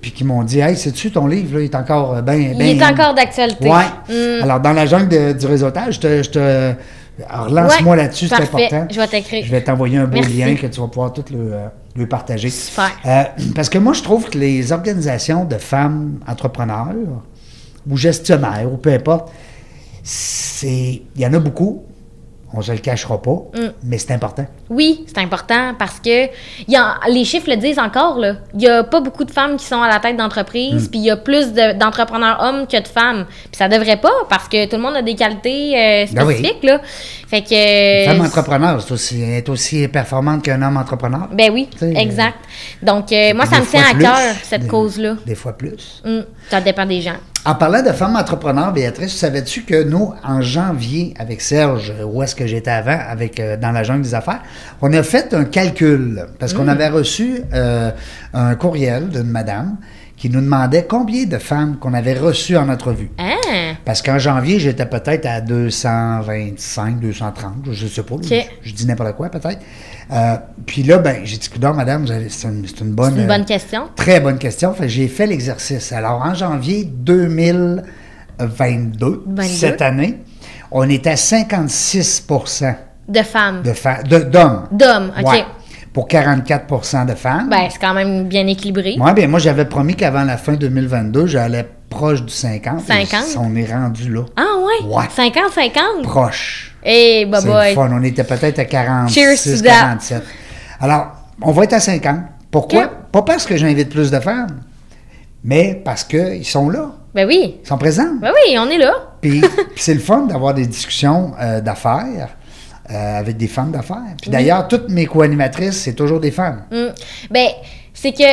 S1: puis qui m'ont dit Hey, sais-tu ton livre, là, il est encore euh, ben,
S2: Il
S1: ben-
S2: est encore d'actualité.
S1: Ouais.
S2: Mm.
S1: Alors, dans la jungle de- du réseautage, je te. je te- alors, relance-moi
S2: Ouais,
S1: là-dessus, c'est
S2: parfait.
S1: important.
S2: Je vais t'écrire.
S1: Je vais t'envoyer un beau
S2: Merci.
S1: lien que tu vas pouvoir tout le, euh, le partager.
S2: Super.
S1: Euh, parce que moi, je trouve que les organisations de femmes entrepreneurs ou gestionnaires ou peu importe, c'est. Il y en a beaucoup. On se le cachera pas,
S2: Mm.
S1: mais c'est important.
S2: Oui, c'est important parce que il y a- les chiffres le disent encore. là. Il n'y a pas beaucoup de femmes qui sont à la tête d'entreprise,
S1: Hmm.
S2: puis il y a plus de- d'entrepreneurs hommes que de femmes. Puis ça devrait pas parce que tout le monde a des qualités euh,
S1: Ben oui.
S2: spécifiques. là. Fait que. euh,
S1: Une femme entrepreneur c'est aussi, est aussi performante qu'un homme entrepreneur.
S2: Ben oui,
S1: Tu sais,
S2: exact. Donc, euh, moi,
S1: Des
S2: ça me
S1: fois
S2: tient à
S1: plus,
S2: cœur, cette
S1: des-
S2: cause-là.
S1: Des fois plus.
S2: Hum, ça dépend des gens.
S1: En parlant de femmes entrepreneurs, Béatrice, savais-tu que nous, en janvier, avec Serge, euh, où est-ce que j'étais avant, avec euh, dans la jungle des affaires, on a fait un calcul parce
S2: Hmm.
S1: qu'on avait reçu euh, un courriel d'une madame qui nous demandait combien de femmes qu'on avait reçues en entrevue.
S2: Hein?
S1: Parce qu'en janvier, j'étais peut-être à 225, 230, je ne sais pas.
S2: Ok.
S1: Je, je dis n'importe quoi, peut-être. Euh, puis là, ben, j'ai dit, non, madame, vous avez- c'est une, c'est une bonne...
S2: C'est une
S1: euh,
S2: bonne question.
S1: Très bonne question. Fait que j'ai fait l'exercice. Alors, en janvier 2022,
S2: 22.
S1: cette année, on est à 56
S2: De femmes.
S1: de fa- de- d'hommes.
S2: D'hommes, OK.
S1: Ouais. pour 44 de femmes.
S2: Ben, c'est quand même bien équilibré.
S1: Ouais, ben, moi, j'avais promis qu'avant la fin 2022, j'allais proche du 50.
S2: 50?
S1: Et On est rendu là.
S2: Ah ouais?
S1: Ouais.
S2: 50-50?
S1: Proche.
S2: Eh, bah
S1: C'est le fun. On était peut-être à
S2: Cheers to
S1: 46,
S2: that.
S1: 47. Alors, on va être à 50. Pourquoi?
S2: Ok.
S1: Pas parce que j'invite plus de femmes, mais parce qu'ils sont là.
S2: Ben oui.
S1: Ils sont présents.
S2: Ben oui, on est là.
S1: Puis, puis c'est le fun d'avoir des discussions euh, d'affaires. euh, avec des femmes d'affaires. Puis d'ailleurs, toutes mes co-animatrices, c'est toujours des femmes.
S2: Mm. Ben, c'est que,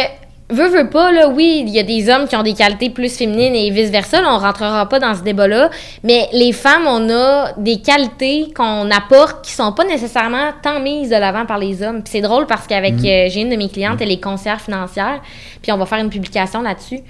S2: veut, veut pas, là, oui, il y a des hommes qui ont des qualités plus féminines et vice-versa. Là, on rentrera pas dans ce débat-là. Mais les femmes, on a des qualités qu'on apporte qui sont pas nécessairement tant mises de l'avant par les hommes. Puis c'est drôle parce qu'avec,
S1: Mm.
S2: euh, j'ai une de mes clientes, elle est conseillère financière. Puis on va faire une publication là-dessus. Euh,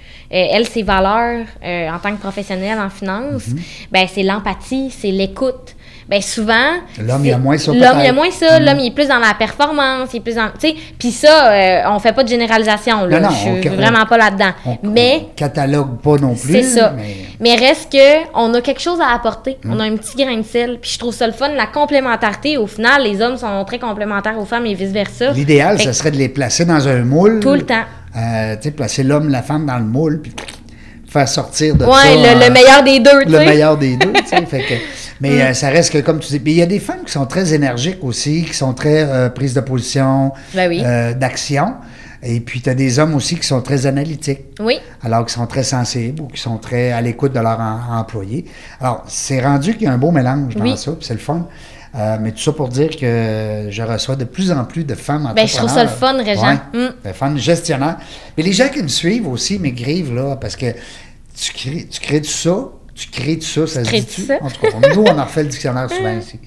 S2: elle, ses valeurs euh, en tant que professionnelle en finance,
S1: Mm-hmm.
S2: ben, c'est l'empathie, c'est l'écoute. Ben souvent,
S1: L'homme, il a
S2: c'est-
S1: moins ça,
S2: L'homme, il a
S1: peut-être.
S2: moins ça. L'homme, il est plus dans la performance, il est plus dans. Tu sais, puis ça, euh, on fait pas de généralisation, là.
S1: Non, non,
S2: je suis
S1: on-
S2: vraiment pas là-dedans.
S1: On,
S2: Mais
S1: on catalogue pas non plus.
S2: c'est ça. Mais...
S1: mais- Mm.
S2: reste que on a quelque chose à apporter. On a un petit grain de sel. Puis je trouve ça le fun, la complémentarité. Au final, les hommes sont très complémentaires aux femmes et vice-versa.
S1: L'idéal,
S2: Fait
S1: ce
S2: que
S1: serait de les placer dans un moule.
S2: Tout le temps.
S1: Euh, tu sais, placer l'homme, la femme dans le moule, puis faire sortir de ça.
S2: Ouais, le,
S1: euh,
S2: le meilleur des deux, tu
S1: le
S2: sais.
S1: meilleur des deux. tu
S2: [LAUGHS]
S1: sais, fait que, mais euh, ça reste que, comme tu dis, puis il y a des femmes qui sont très énergiques aussi, qui sont très euh, prises de position,
S2: Ben oui.
S1: euh, d'action. Et puis, tu as des hommes aussi qui sont très analytiques,
S2: Oui.
S1: alors qu'ils sont très sensibles ou qui sont très à l'écoute de leurs en- employés. Alors, c'est rendu qu'il y a un beau mélange dans
S2: Oui.
S1: ça, puis c'est le fun. Euh, mais tout ça pour dire que je reçois de plus en plus de femmes
S2: Ben, je trouve ça le
S1: entrepreneurs.
S2: fun, Régent.
S1: Ouais.
S2: Mm.
S1: Le fun gestionnaire. Mais les gens qui me suivent aussi m'égrivent, là, parce que tu crées, tu crées du ça, tu crées du ça, ça se
S2: crées
S1: dit
S2: du ça.
S1: En tout cas, on- nous, on en refait le
S2: [LAUGHS]
S1: dictionnaire souvent ici.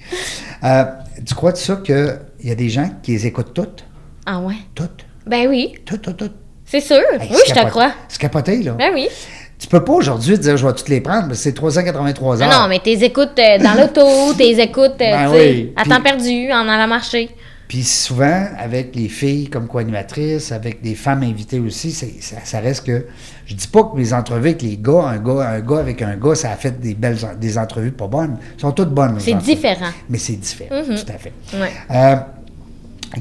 S1: Euh, tu crois de ça qu'il y a des gens qui les écoutent toutes,
S2: Ah ouais.
S1: toutes,
S2: Ben oui,
S1: toutes, toutes, toutes.
S2: c'est sûr.
S1: Hey,
S2: oui,
S1: c'est
S2: je te
S1: capoté-
S2: crois.
S1: C'est capoté, là.
S2: Ben oui.
S1: Tu peux pas aujourd'hui dire je vais toutes les prendre, parce que c'est 383
S2: Non,
S1: heures.
S2: Ah non, mais t'es écoutes euh, dans
S1: [LAUGHS]
S2: l'auto, t'es écoutes euh,
S1: Ben
S2: tu sais,
S1: oui,
S2: à
S1: puis-
S2: temps perdu, en allant marcher.
S1: Puis souvent, avec les filles comme co-animatrices, avec des femmes invitées aussi, c'est- ça, ça reste que. Je dis pas que mes entrevues avec les gars, un gars, un gars avec un gars, ça a fait des belles en- des entrevues pas bonnes. Elles sont toutes bonnes. nos
S2: C'est
S1: entrevues.
S2: différent.
S1: Mais c'est différent,
S2: Mhm.
S1: tout à fait.
S2: Ouais.
S1: Euh,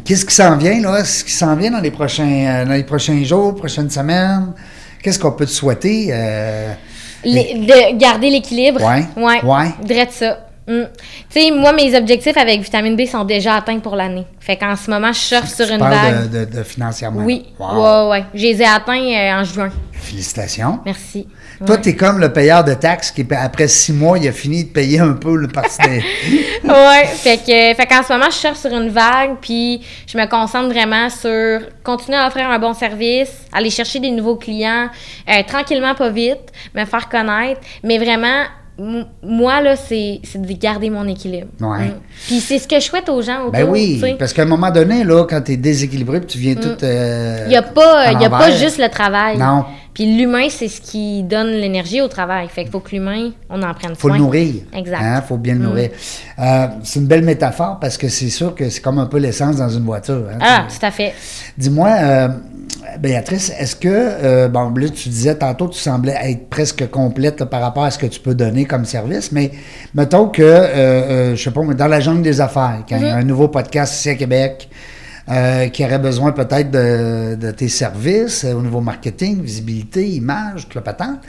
S1: Qu'est-ce qui s'en vient, là? Ce qui s'en vient dans les prochains euh, dans les prochains jours, prochaines semaines? Qu'est-ce qu'on peut te souhaiter? euh,
S2: Les- de garder l'équilibre.
S1: Ouais.
S2: Ouais.
S1: Ouais.
S2: Drette ça. Mm. Tu sais, moi, mes objectifs avec vitamine B sont déjà atteints pour l'année. Fait qu'en ce moment, je surfe sur
S1: tu
S2: une
S1: parles
S2: vague.
S1: De, de- de financièrement.
S2: Oui.
S1: Wow.
S2: Ouais, ouais. Je les ai atteints euh, en juin.
S1: Félicitations.
S2: Merci.
S1: Toi, t'es comme le payeur de taxes qui, après six mois, il a fini de payer un peu le parti des...
S2: [LAUGHS] ouais, fait que fait qu'en ce moment je cherche sur une vague puis je me concentre vraiment sur continuer à offrir un bon service, aller chercher des nouveaux clients euh, tranquillement pas vite, me faire connaître, mais vraiment m- moi là c'est c'est de garder mon équilibre. Mm.
S1: Ouais.
S2: Puis c'est ce que je souhaite aux gens autour,
S1: Ben oui,
S2: tu sais. Mm.
S1: parce qu'à un moment donné, là, quand t'es déséquilibré, puis tu viens tout... euh,
S2: Il n'y a, pas,
S1: à
S2: il y a pas
S1: l'envers.
S2: juste le travail.
S1: Non.
S2: Puis l'humain, c'est ce qui donne l'énergie au travail. Fait qu'il faut que l'humain, on en prenne
S1: faut
S2: soin.
S1: le nourrir.
S2: Exact. Mm.
S1: Hein, faut bien le nourrir. Euh, c'est une belle métaphore parce que c'est sûr que c'est comme un peu l'essence dans une voiture. hein.
S2: Ah, tout à fait.
S1: Dis-moi, euh, Béatrice, est-ce que, euh, bon, là, tu disais tantôt, tu semblais être presque complète là, par rapport à ce que tu peux donner comme service, mais mettons que, euh, euh, je sais pas, mais dans la jungle des affaires, quand il y a un nouveau podcast ici à Québec, euh, qui aurait besoin peut-être de, de tes services euh, au niveau marketing, visibilité, image, tout le patent,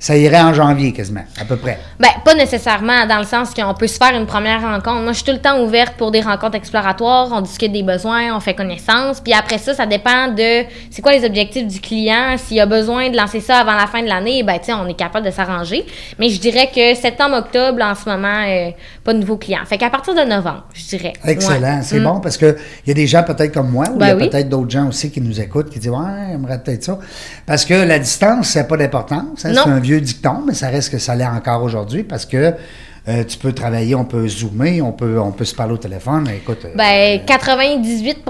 S1: ça irait en janvier quasiment, à peu près.
S2: Ben, pas nécessairement, dans le sens qu'on peut se faire une première rencontre. Moi, je suis tout le temps ouverte pour des rencontres exploratoires. On discute des besoins, on fait connaissance. Puis après ça, ça dépend de c'est quoi les objectifs du client. S'il a besoin de lancer ça avant la fin de l'année, ben, tu sais, on est capable de s'arranger. Mais je dirais que septembre, octobre, en ce moment, euh, pas de nouveaux clients. Fait qu'à partir de novembre, je dirais.
S1: Excellent,
S2: Ouais. Mm.
S1: c'est bon parce que il y a des gens peut-être comme moi ou il y a
S2: Ben oui.
S1: peut-être d'autres gens aussi qui nous écoutent qui disent ouais, j'aimerais peut-être ça parce que la distance c'est pas d'importance, hein, c'est
S2: Non.
S1: un vieux dicton mais ça reste que ça l'est encore aujourd'hui parce que euh, tu peux travailler, on peut zoomer, on peut on peut se parler au téléphone, écoute. euh,
S2: Ben, 98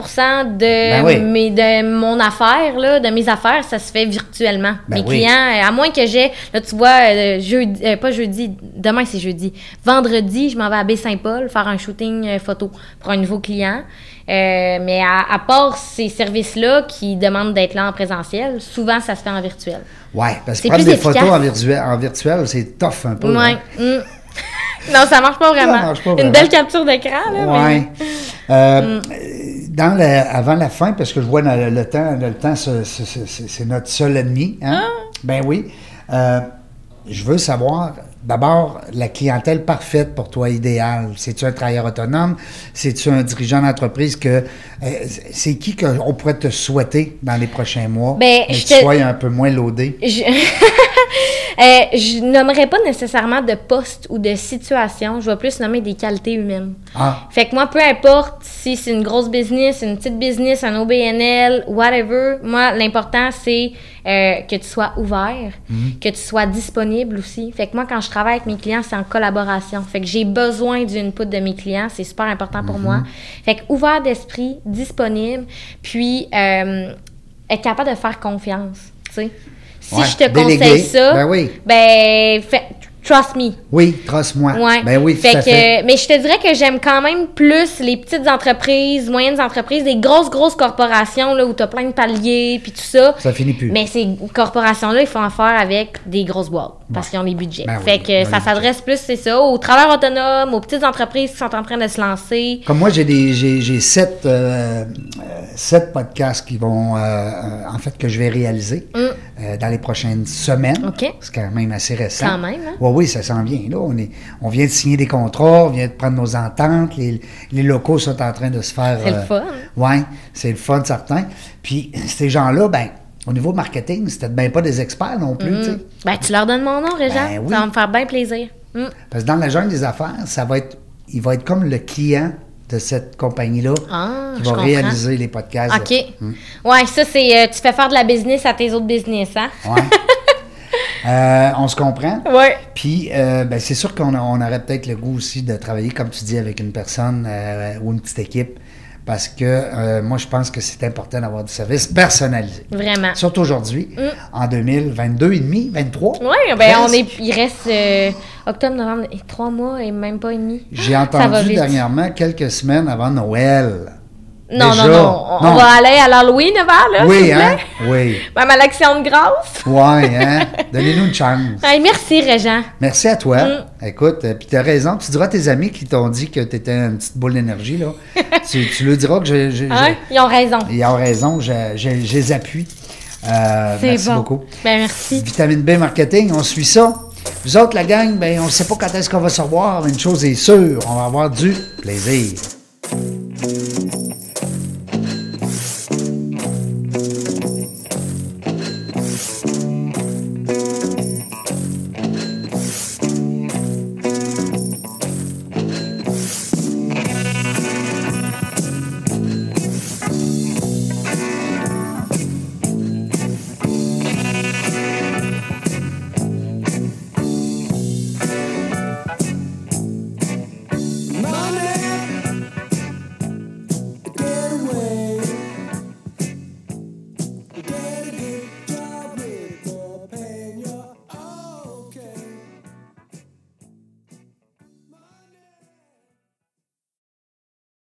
S2: de,
S1: Ben oui.
S2: mes, de mon affaire, là, de mes affaires, ça se fait virtuellement.
S1: Ben
S2: mes
S1: oui.
S2: clients, euh, à moins que j'ai, là, tu vois, euh, jeudi, euh, pas jeudi, demain c'est jeudi, vendredi, je m'en vais à Baie-Saint-Paul faire un shooting euh, photo pour un nouveau client. Euh, mais à, à part ces services-là qui demandent d'être là en présentiel, souvent ça se fait en virtuel.
S1: ouais, parce que
S2: c'est
S1: prendre
S2: plus
S1: des photos
S2: efficace.
S1: en virtuel, en virtuel, c'est tough un peu.
S2: Ouais.
S1: hein.
S2: Mm. [LAUGHS] non, ça marche pas vraiment.
S1: marche pas
S2: Une
S1: vraiment.
S2: belle capture d'écran, là. mais-
S1: Ouais. Euh,
S2: Mm.
S1: dans la- avant la fin, parce que je vois dans le, le temps, le temps, c'est- c'est- c'est c'est notre seul ennemi. hein?
S2: Ah.
S1: Ben oui. Euh, je veux savoir, d'abord, la clientèle parfaite pour toi, idéale. C'est-tu un travailleur autonome? C'est-tu un dirigeant d'entreprise que. euh, c'est qui qu'on pourrait te souhaiter dans les prochains mois?
S2: Ben,
S1: mais
S2: je [LAUGHS]
S1: tu
S2: te-
S1: sois un peu moins loadé.
S2: Je- Euh, je nommerais pas nécessairement de poste ou de situation. Je vais plus nommer des qualités humaines.
S1: Ah.
S2: Fait que moi, peu importe si c'est une grosse business, une petite business, un OBNL, whatever, moi, l'important, c'est euh, que tu sois ouvert, que tu sois disponible aussi. Fait que moi, quand je travaille avec mes clients, c'est en collaboration. Fait que j'ai besoin d'une input de mes clients. C'est super important pour moi. Fait que ouvert d'esprit, disponible, puis euh, être capable de faire confiance, tu sais. Si
S1: Ouais,
S2: je te
S1: déléguer,
S2: conseille ça,
S1: ben oui.
S2: ben, fait- trust me.
S1: Oui, trace-moi.
S2: Ouais.
S1: Ben oui,
S2: Fait
S1: tout à
S2: que,
S1: fait.
S2: mais je te dirais que j'aime quand même plus les petites entreprises, moyennes entreprises, des grosses, grosses corporations là, où tu as plein de paliers puis tout ça.
S1: Ça finit plus.
S2: Mais ces corporations-là, ils font affaire avec des grosses boîtes parce qu'ils ont les budgets.
S1: Ben oui,
S2: fait que
S1: ils ont
S2: ça
S1: les
S2: s'adresse plus, c'est ça, aux travailleurs autonomes, aux petites entreprises qui sont en train de se lancer.
S1: Comme moi, j'ai des j'ai, j'ai sept, euh, euh, sept podcasts qui vont, euh, euh, en fait, que je vais réaliser euh, dans les prochaines semaines.
S2: Mm. OK.
S1: C'est quand même assez récent.
S2: Quand même, hein?
S1: Oui, oui, ça s'en vient. Là, on, est, on vient de signer des contrats, on vient de prendre nos ententes, les, les locaux sont en train de se faire...
S2: C'est le fun.
S1: Oui, c'est le fun, certain. Puis ces gens-là, ben, au niveau marketing, c'était bien pas des experts non plus, tu sais.
S2: Ben, tu leur donnes mon nom, Réjean.
S1: Ben oui.
S2: Ça va me faire bien plaisir. Mm.
S1: Parce que dans la jungle des affaires, ça va être, il va être comme le client de cette compagnie-là
S2: Ah,
S1: qui
S2: je
S1: va
S2: comprends.
S1: réaliser les podcasts.
S2: OK.
S1: Hmm.
S2: Ouais, ça, c'est. euh, tu fais faire de la business à tes autres business, hein? [LAUGHS]
S1: Ouais. Euh, on se comprend.
S2: Ouais.
S1: Puis, euh, ben, c'est sûr qu'on a- on aurait peut-être le goût aussi de travailler, comme tu dis, avec une personne euh, ou une petite équipe. Parce que euh, moi, je pense que c'est important d'avoir du service personnalisé.
S2: Vraiment.
S1: Surtout aujourd'hui, en 2022 et demi, 23.
S2: Oui, Mm. ben on
S1: presque.
S2: est, il reste euh, octobre, novembre, et trois mois et même pas et demi.
S1: J'ai
S2: Ça va
S1: entendu
S2: vite.
S1: dernièrement quelques semaines avant Noël.
S2: Non,
S1: Déjà.
S2: non, non, on-
S1: Non.
S2: On va aller à l'Halloween avant, là. s'il
S1: oui,
S2: vous
S1: hein?
S2: plaît.
S1: Oui.
S2: Même à l'action de grâce.
S1: Ouais,
S2: [LAUGHS]
S1: hein? Donnez-nous une chance.
S2: Hey, merci, Réjean.
S1: Merci à toi.
S2: Mm.
S1: Écoute, euh, puis tu as raison. Tu diras à tes amis qui t'ont dit que tu étais une petite boule d'énergie,
S2: [LAUGHS]
S1: là. tu, tu leur diras que je, je- je-
S2: Hein? Ils ont raison.
S1: ils ont raison, je, je- je les appuie. Euh,
S2: C'est
S1: merci
S2: bon.
S1: beaucoup.
S2: Ben, merci.
S1: Vitamine B Marketing, on suit ça. Vous autres, la gang, ben, on ne sait pas quand est-ce qu'on va se revoir, mais une chose est sûre, on va avoir du plaisir.